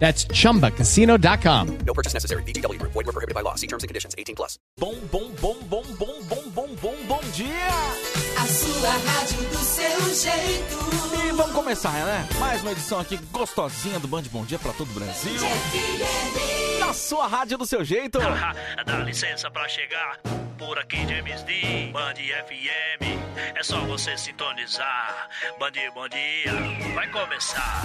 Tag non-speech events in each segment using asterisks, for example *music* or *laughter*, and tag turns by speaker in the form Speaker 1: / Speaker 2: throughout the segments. Speaker 1: That's chumbacasino.com.
Speaker 2: No purchase necessary. BGW. Void were prohibited by law. See terms and conditions. 18 plus.
Speaker 3: Bom, bom, bom, bom, bom, bom, bom, bom, bom dia!
Speaker 4: A sua rádio do seu jeito.
Speaker 3: E vamos começar, né? Mais uma edição aqui gostosinha do Band Bom Dia pra todo o Brasil. Na sua rádio do seu jeito.
Speaker 5: Dá licença pra chegar por aqui, James D. Band FM. É só você sintonizar. Band, bom dia. Vai começar.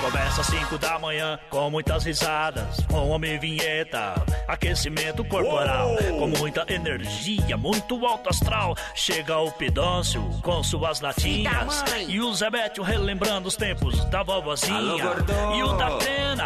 Speaker 5: Começa às 5 da manhã com muitas risadas. Com homem vinheta. Aquecimento corporal. Com muita energia, muito alto astral. Chega o pedócio com suas latinhas. E o Zé Bétio relembrando os tempos da vovozinha. E o da pena.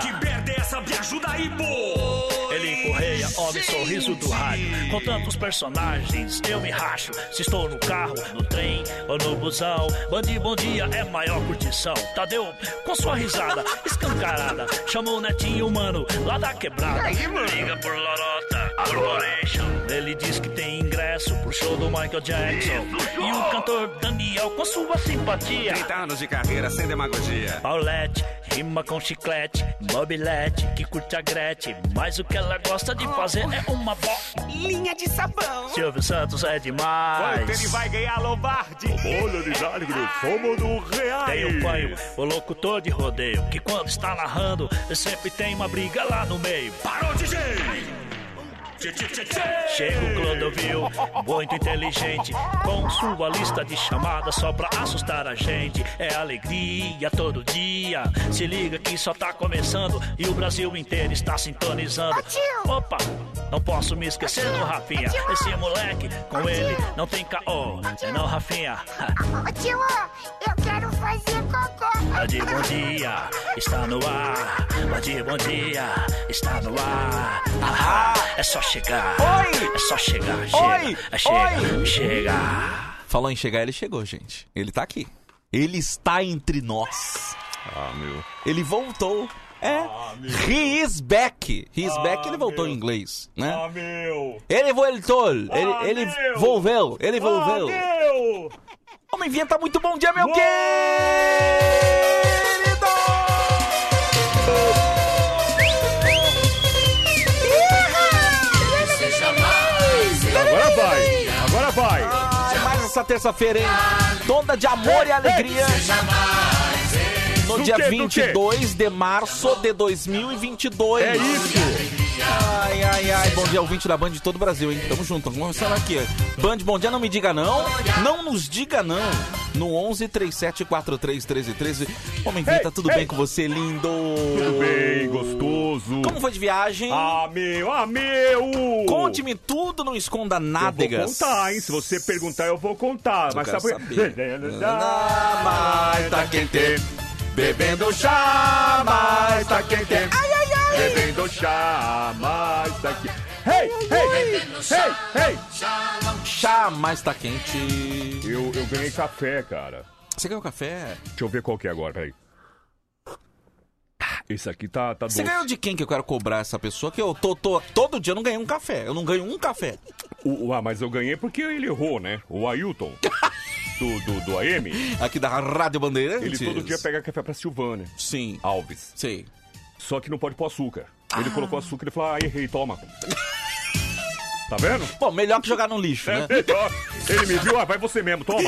Speaker 5: Ele Correia, homem sorriso do rádio. Com tantos personagens, eu me racho. Se estou no carro, no trem ou no busão. Bandi Bom Dia é maior curtição. Tadeu, com sua risada escancarada, chamou o netinho humano lá da quebrada. Liga por Lorota, Corporation. Ele diz que tem ingresso pro show do Michael Jackson. E o cantor Daniel, com sua simpatia.
Speaker 6: 30 anos de carreira sem demagogia.
Speaker 5: Paulette, rima com chiclete, mobilete, que curte a Gretchen, mas o que ela gosta de fazer é uma bo... Linha de sabão. Silvio Santos é demais.
Speaker 6: ganhar Lombardi.
Speaker 5: Tem o Panho, o locutor de rodeio, que quando está narrando, sempre tem uma briga lá no meio. Parou, DJ! Chega o Clodovil, muito inteligente, com sua lista de chamadas só pra assustar a gente. É alegria todo dia. Se liga que só tá começando e o Brasil inteiro está sintonizando. Opa, não posso me esquecer do Rafinha. Esse moleque, com ele, não tem caô. É não, Rafinha. *laughs*
Speaker 7: Tio, eu quero fazer cocô.
Speaker 5: Bom dia, bom dia, está no ar. Bom dia, bom dia, está no ar. Ahá, é só chegar.
Speaker 3: Oi!
Speaker 5: É só chegar, chega.
Speaker 3: Oi!
Speaker 5: É chega,
Speaker 3: Oi!
Speaker 5: chega.
Speaker 3: Falou em chegar, ele chegou, gente. Ele tá aqui. Ele está entre nós.
Speaker 6: Ah, meu. Ah,
Speaker 3: Ele voltou. É. He is back. He is back, ele voltou em inglês, né?
Speaker 6: Ah,
Speaker 8: Ah,
Speaker 3: Ele voltou. Ele, ele volveu. Ele volveu.
Speaker 8: Ah,
Speaker 3: Homem Vinheta, muito bom dia, meu querido!
Speaker 8: Agora vai, agora vai.
Speaker 3: Ai, mais essa terça-feira, hein? Toda de amor e alegria. No
Speaker 8: Do
Speaker 3: dia
Speaker 8: quê? Do
Speaker 3: 22 de março de 2022.
Speaker 8: É isso.
Speaker 3: Ai, ai, ai. Bom dia, ouvinte da Band de todo o Brasil, hein? Tamo junto, vamos começando aqui. Band, bom dia, não me diga não. Não nos diga não. No 11 37 43 13 13. Homem Vita, tudo bem com você, lindo?
Speaker 8: Tudo bem, gostoso.
Speaker 3: Como foi de viagem?
Speaker 8: Ah, meu, ah, meu.
Speaker 3: Conte-me tudo, não esconda nádegas.
Speaker 8: Vou contar, hein? Se você perguntar, eu vou contar. mas
Speaker 3: quero
Speaker 8: sabe por quê?
Speaker 3: saber.
Speaker 8: Mas tá quente. Bebendo chá, mas tá quente. Bebendo chá, mas tá quente. Hey, hey, hey, hey.
Speaker 3: Chá mais tá quente.
Speaker 8: Eu, eu ganhei café, cara.
Speaker 3: Você ganhou café?
Speaker 8: Deixa eu ver qual que é agora, peraí. Ah, Esse aqui tá, tá
Speaker 3: Você
Speaker 8: doce.
Speaker 3: ganhou de quem que eu quero cobrar essa pessoa? Que eu tô, tô- todo dia eu não ganho um café. Eu não ganho um café.
Speaker 8: O, o- ah, mas eu ganhei porque ele errou, né? O Ailton. do, do, do AM.
Speaker 3: Aqui da
Speaker 8: Ele
Speaker 3: Rádio Bandeirantes.
Speaker 8: todo dia pega café pra Silvana
Speaker 3: Sim.
Speaker 8: Alves.
Speaker 3: Sei.
Speaker 8: Só que não pode pôr açúcar. Ele colocou açúcar e falou, ah, errei, toma. tá vendo? Então,
Speaker 3: Bom,
Speaker 8: *laughs*
Speaker 3: melhor que jogar no lixo, né?
Speaker 8: Ele me viu, ah, vai você mesmo, toma.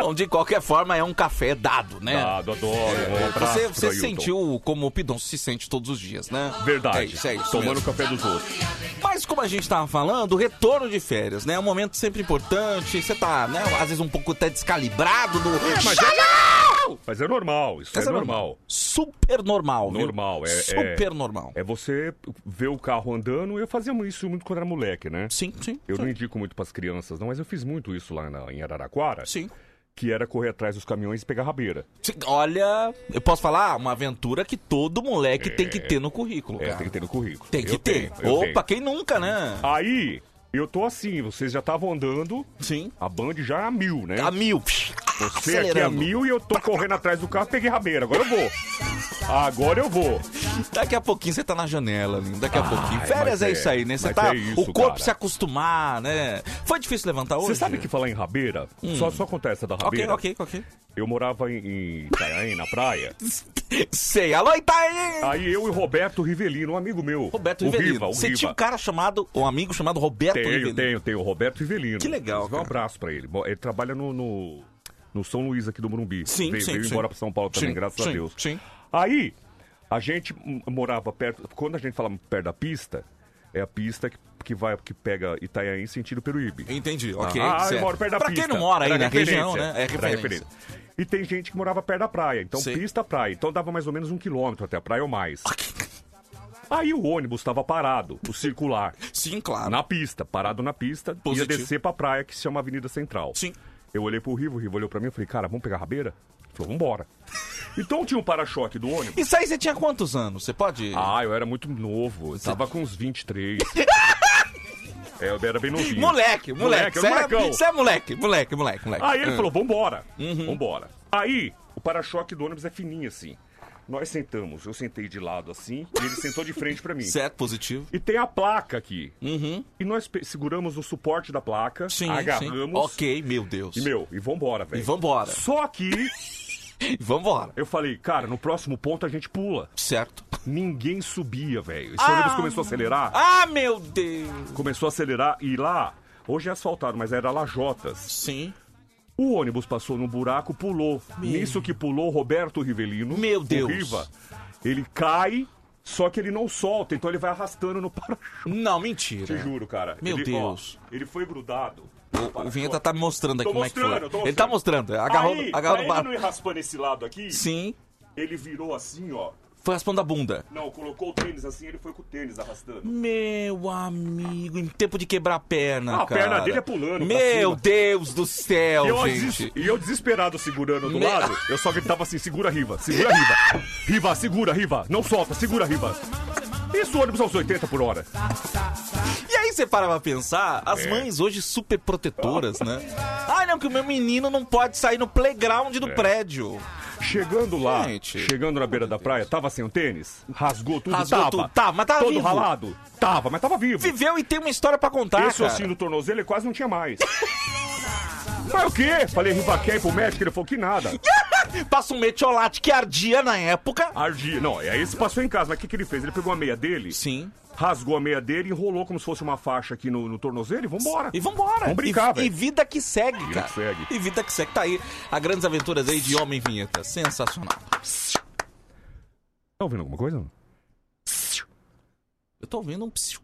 Speaker 3: Bom, de qualquer forma, é um café dado, né?
Speaker 8: Ah,
Speaker 5: Dado, adoro.
Speaker 3: É,
Speaker 5: Opa,
Speaker 3: você você
Speaker 8: então.
Speaker 5: Ailton.
Speaker 3: sentiu como o Pidon se sente todos os dias, né?
Speaker 5: Verdade.
Speaker 3: É isso, é isso
Speaker 5: Tomando
Speaker 3: mesmo.
Speaker 5: café dos outros.
Speaker 3: Mas como a gente tava falando, o retorno de férias, né? É um momento sempre importante. Você tá, né, às vezes um pouco até descalibrado do.
Speaker 5: mas é- Mas é normal, isso
Speaker 3: Mas
Speaker 5: é,
Speaker 3: é normal.
Speaker 5: normal.
Speaker 3: Super normal, viu?
Speaker 5: Normal, é. é-
Speaker 3: Super normal.
Speaker 5: É você ver o carro andando. Eu fazia isso muito quando era moleque, né?
Speaker 3: Sim, sim.
Speaker 5: Eu não indico muito pras crianças, não, mas eu fiz muito isso lá na- em Araraquara.
Speaker 3: Sim.
Speaker 5: Que era correr atrás dos caminhões e pegar rabeira.
Speaker 3: Sim, Olha, eu posso falar? Uma aventura que todo moleque tem que ter no currículo,
Speaker 5: É,
Speaker 3: cara.
Speaker 5: tem que ter no currículo.
Speaker 3: Tem que
Speaker 5: Eu
Speaker 3: ter.
Speaker 5: tenho, eu
Speaker 3: Opa,
Speaker 5: tenho. Ah.
Speaker 3: quem nunca, né?
Speaker 5: Aí, eu tô assim, vocês já estavam andando,
Speaker 3: Sim.
Speaker 5: a Band já é a mil, né?
Speaker 3: A mil.
Speaker 5: Você aqui é a
Speaker 3: Tá Acelerando.
Speaker 5: mil e eu tô correndo atrás do carro, peguei rabeira. Agora eu vou. Agora eu vou.
Speaker 3: Daqui a pouquinho você tá na janela, lindo. Daqui a pouquinho. Férias
Speaker 5: mas
Speaker 3: é,
Speaker 5: é-
Speaker 3: isso aí, né? Você
Speaker 5: mas
Speaker 3: tá.
Speaker 5: é isso,
Speaker 3: o corpo
Speaker 5: cara.
Speaker 3: se acostumar, né? Foi difícil levantar hoje?
Speaker 5: Você sabe que falar em rabeira,
Speaker 3: Hum.
Speaker 5: só, só acontece da
Speaker 3: Ok,
Speaker 5: rabeira.
Speaker 3: ok,
Speaker 5: *laughs*
Speaker 3: ok.
Speaker 5: Eu morava em, em Itanhaém, na praia.
Speaker 3: Sei, alô, Itaí!
Speaker 5: Aí eu e Roberto Rivelino, um amigo meu.
Speaker 3: Roberto
Speaker 5: o
Speaker 3: Rivelino.
Speaker 5: Riva, o
Speaker 3: Você
Speaker 5: Riva.
Speaker 3: tinha um cara chamado, um amigo chamado Roberto
Speaker 5: Tenho,
Speaker 3: Rivelino.
Speaker 5: tenho, tenho. o Roberto Rivelino.
Speaker 3: Que legal,
Speaker 5: Um
Speaker 3: cara.
Speaker 5: abraço pra ele. Bom, Ele trabalha no, no, no São Luís aqui do Morumbi.
Speaker 3: Sim,
Speaker 5: veio,
Speaker 3: sim,
Speaker 5: Veio
Speaker 3: sim.
Speaker 5: embora pra São Paulo também,
Speaker 3: Sim,
Speaker 5: graças a
Speaker 3: sim,
Speaker 5: Deus.
Speaker 3: sim.
Speaker 5: Aí, a gente hum, morava perto... Quando a gente fala perto da pista, é a pista que, que vai, que pega Itanhaém sentido Peruíbe.
Speaker 3: Entendi, ok.
Speaker 5: ah, eu
Speaker 3: certo.
Speaker 5: moro perto da
Speaker 3: pra
Speaker 5: pista.
Speaker 3: quem não mora aí
Speaker 5: Era
Speaker 3: na
Speaker 5: referência.
Speaker 3: região, né? É
Speaker 5: Era
Speaker 3: referência.
Speaker 5: E tem gente que morava perto da praia. Então,
Speaker 3: Sim.
Speaker 5: pista, praia. Então, dava mais ou menos um quilômetro até a praia ou mais. Aí o ônibus estava parado, o circular.
Speaker 3: Sim, claro.
Speaker 5: Na pista, parado na pista,
Speaker 3: Positivo.
Speaker 5: ia descer pra praia que se chama Avenida Central.
Speaker 3: Sim.
Speaker 5: Eu olhei pro Rivo, o Rivo olhou pra mim e falei, cara, vamos pegar a rabeira? Ele falou, vambora. então tinha um para-choque do ônibus.
Speaker 3: Isso aí você tinha quantos anos? Você pode.
Speaker 5: Ah, eu era muito novo, eu tava com uns
Speaker 3: *laughs*
Speaker 5: 23. é, eu era bem novinho.
Speaker 3: Moleque, moleque,
Speaker 5: eu era
Speaker 3: você é,
Speaker 5: molecão.
Speaker 3: você é moleque, moleque, moleque, moleque.
Speaker 5: Aí ele
Speaker 3: Ah.
Speaker 5: falou, vambora,
Speaker 3: Uhum.
Speaker 5: vambora. Aí, o para-choque do ônibus é fininho assim. Nós sentamos, eu sentei de lado assim, e ele sentou de frente pra mim.
Speaker 3: Certo, Ah, é positivo.
Speaker 5: E tem a placa aqui.
Speaker 3: Uhum.
Speaker 5: E nós pe- seguramos o suporte da placa,
Speaker 3: Sim, sim.
Speaker 5: agarramos.
Speaker 3: Ok, meu Deus.
Speaker 5: E, meu, e vambora, velho.
Speaker 3: E vambora. *laughs*
Speaker 5: Só que
Speaker 3: Vambora.
Speaker 5: eu falei, cara, no próximo ponto a gente pula.
Speaker 3: Certo.
Speaker 5: Ninguém subia, velho. Esse ônibus começou a acelerar.
Speaker 3: Ah, meu Deus.
Speaker 5: Começou a acelerar e lá, hoje é asfaltado, mas era Lajotas.
Speaker 3: Sim.
Speaker 5: O ônibus passou num buraco, pulou. Nisso que pulou, Roberto Rivelino.
Speaker 3: Meu
Speaker 5: o
Speaker 3: Deus.
Speaker 5: Riva, ele cai, só que ele não solta, então ele vai arrastando no *laughs* para-choque.
Speaker 3: Não, mentira.
Speaker 5: Te juro, cara.
Speaker 3: Meu
Speaker 5: Ele- ó,
Speaker 3: Deus.
Speaker 5: ele foi grudado.
Speaker 3: O, o Vinheta tá me mostrando aqui
Speaker 5: Tô
Speaker 3: como é que foi.
Speaker 5: mostrando, tô
Speaker 3: Ele tá mostrando. Agarrou,
Speaker 5: aí,
Speaker 3: agarrou
Speaker 5: pra
Speaker 3: no
Speaker 5: ele
Speaker 3: bar.
Speaker 5: não ir raspando esse lado aqui,
Speaker 3: Sim.
Speaker 5: ele virou assim, ó.
Speaker 3: Foi raspando a bunda.
Speaker 5: Não, colocou o tênis assim, ele foi com o tênis arrastando.
Speaker 3: Meu amigo, em tempo de quebrar a perna,
Speaker 5: Ah, a
Speaker 3: cara.
Speaker 5: perna dele é pulando pra
Speaker 3: Meu
Speaker 5: cima.
Speaker 3: Deus do
Speaker 5: E eu,
Speaker 3: céu,
Speaker 5: des-
Speaker 3: gente.
Speaker 5: e eu desesperado segurando do
Speaker 3: Me-
Speaker 5: lado, eu só gritava assim, segura a Riva, segura a Riva. Riva, segura, Riva, não solta, segura a Riva. Isso ônibus aos 80 por hora.
Speaker 3: *laughs* E aí você para pra pensar,
Speaker 5: É.
Speaker 3: as mães hoje super protetoras,
Speaker 5: *laughs*
Speaker 3: né? Ah, não, que o meu menino não pode sair no playground
Speaker 5: É.
Speaker 3: do prédio.
Speaker 5: Chegando lá,
Speaker 3: Gente.
Speaker 5: chegando na beira da praia, tava sem o tênis? Rasgou tudo?
Speaker 3: Rasgou
Speaker 5: tava.
Speaker 3: tudo, tava, mas tava
Speaker 5: Todo
Speaker 3: vivo.
Speaker 5: ralado? Tava, mas tava vivo.
Speaker 3: Viveu e tem uma história pra contar,
Speaker 5: Esse
Speaker 3: cara.
Speaker 5: ossinho do tornozelo ele quase não tinha mais. Mas o quê? Falei, Riva, quer ir pro médico? Ele falou que nada.
Speaker 3: *laughs* Passa um metiolate que ardia na época.
Speaker 5: Ardia. Não, aí esse passou em casa, mas o que, que ele fez? Ele pegou a meia dele,
Speaker 3: Sim.
Speaker 5: rasgou a meia dele, enrolou como se fosse uma faixa aqui no, no tornozelo e vambora.
Speaker 3: E vambora.
Speaker 5: Vamos brincar,
Speaker 3: e, e
Speaker 5: velho.
Speaker 3: vida que segue,
Speaker 5: Vida
Speaker 3: cara.
Speaker 5: que segue.
Speaker 3: E vida que segue. Tá aí a Grandes Aventuras aí de Homem Vinheta. Sensacional.
Speaker 5: Tá ouvindo alguma coisa?
Speaker 3: Eu tô ouvindo um psiu.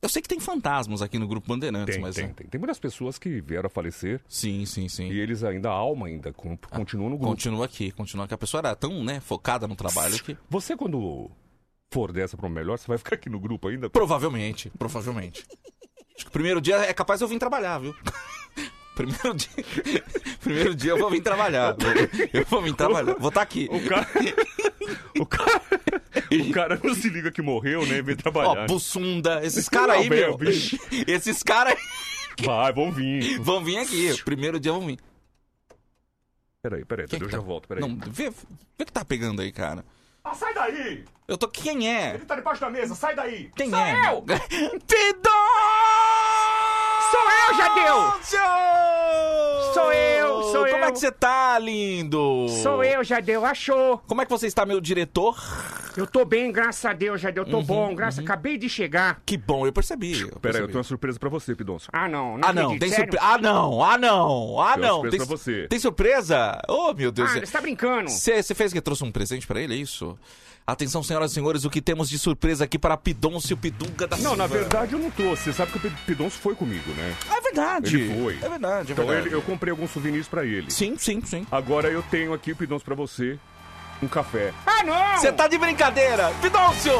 Speaker 3: Eu sei que tem fantasmas aqui no Grupo Bandeirantes,
Speaker 5: Tem,
Speaker 3: mas... é.
Speaker 5: tem, tem. Tem muitas pessoas que vieram a falecer
Speaker 3: Sim, sim, sim.
Speaker 5: e eles ainda, a alma ainda, con- continuam no grupo.
Speaker 3: Continua aqui, continua aqui. A pessoa era tão, né, focada no trabalho que...
Speaker 5: Você, quando for dessa pro melhor, você vai ficar aqui no grupo ainda?
Speaker 3: Provavelmente, provavelmente. Acho que o primeiro dia é capaz de eu vir trabalhar, viu? *laughs* Primeiro dia, *laughs* primeiro dia eu vou vir trabalhar. Eu- Eu vou vir trabalhar. Vou estar aqui.
Speaker 5: O cara. o cara. O cara não se liga que morreu, né? Vem
Speaker 3: Ó,
Speaker 5: trabalhar.
Speaker 3: Bussunda, esses caras aí,
Speaker 5: Não, meu,
Speaker 3: meu.
Speaker 5: bicho.
Speaker 3: *laughs* Esses caras aí
Speaker 5: Vai, vão vir.
Speaker 3: vão vir aqui. Primeiro dia vão vir.
Speaker 5: Peraí, peraí,
Speaker 3: Quem
Speaker 5: eu
Speaker 3: que
Speaker 5: já
Speaker 3: tá-
Speaker 5: volto, peraí.
Speaker 3: Não, vê, vê o que tá pegando aí, cara.
Speaker 5: Ah, sai daí!
Speaker 3: Eu tô. Quem é?
Speaker 5: tá debaixo da mesa, sai daí!
Speaker 3: Quem é? Eu! Pidão!
Speaker 5: Sou eu, Jadeu!
Speaker 3: Sou
Speaker 5: Sou eu,
Speaker 9: sou
Speaker 3: Como
Speaker 9: eu.
Speaker 3: é que você tá, lindo?
Speaker 9: Sou eu, Jadeu, achou.
Speaker 3: Como é que você está, meu diretor?
Speaker 9: Eu tô bem, graças a Deus, Jadeu, tô
Speaker 3: Uhum,
Speaker 9: bom, graças, acabei de chegar.
Speaker 3: Que bom, eu percebi. eu
Speaker 7: Pera aí, eu
Speaker 3: percebi.
Speaker 7: tenho uma surpresa pra você, Pidonço.
Speaker 9: Ah, não, não
Speaker 3: Ah, não,
Speaker 9: acredito,
Speaker 3: tem
Speaker 9: sério?
Speaker 3: surpresa. Ah, não, ah, não, ah,
Speaker 7: Tem uma
Speaker 3: não.
Speaker 7: surpresa
Speaker 3: Tem,
Speaker 7: pra você.
Speaker 3: tem surpresa? Oh, meu Deus.
Speaker 9: Ah, você tá brincando.
Speaker 3: Você fez que trouxe um presente pra ele, é isso? Atenção, senhoras e senhores, o que temos de surpresa aqui para Pidoncio Pidunga da
Speaker 7: Não, na
Speaker 3: Silva.
Speaker 7: verdade eu não trouxe. Você sabe que o Pi- Pidonço foi comigo, né?
Speaker 3: É verdade.
Speaker 7: Ele foi.
Speaker 3: É verdade, é
Speaker 7: Então
Speaker 3: verdade.
Speaker 7: ele- eu comprei alguns souvenirs pra ele.
Speaker 3: Sim, sim, sim.
Speaker 7: Agora eu tenho aqui, Pidonço, pra você, um café.
Speaker 9: Ah, não!
Speaker 3: Você tá de brincadeira. Pidoncio,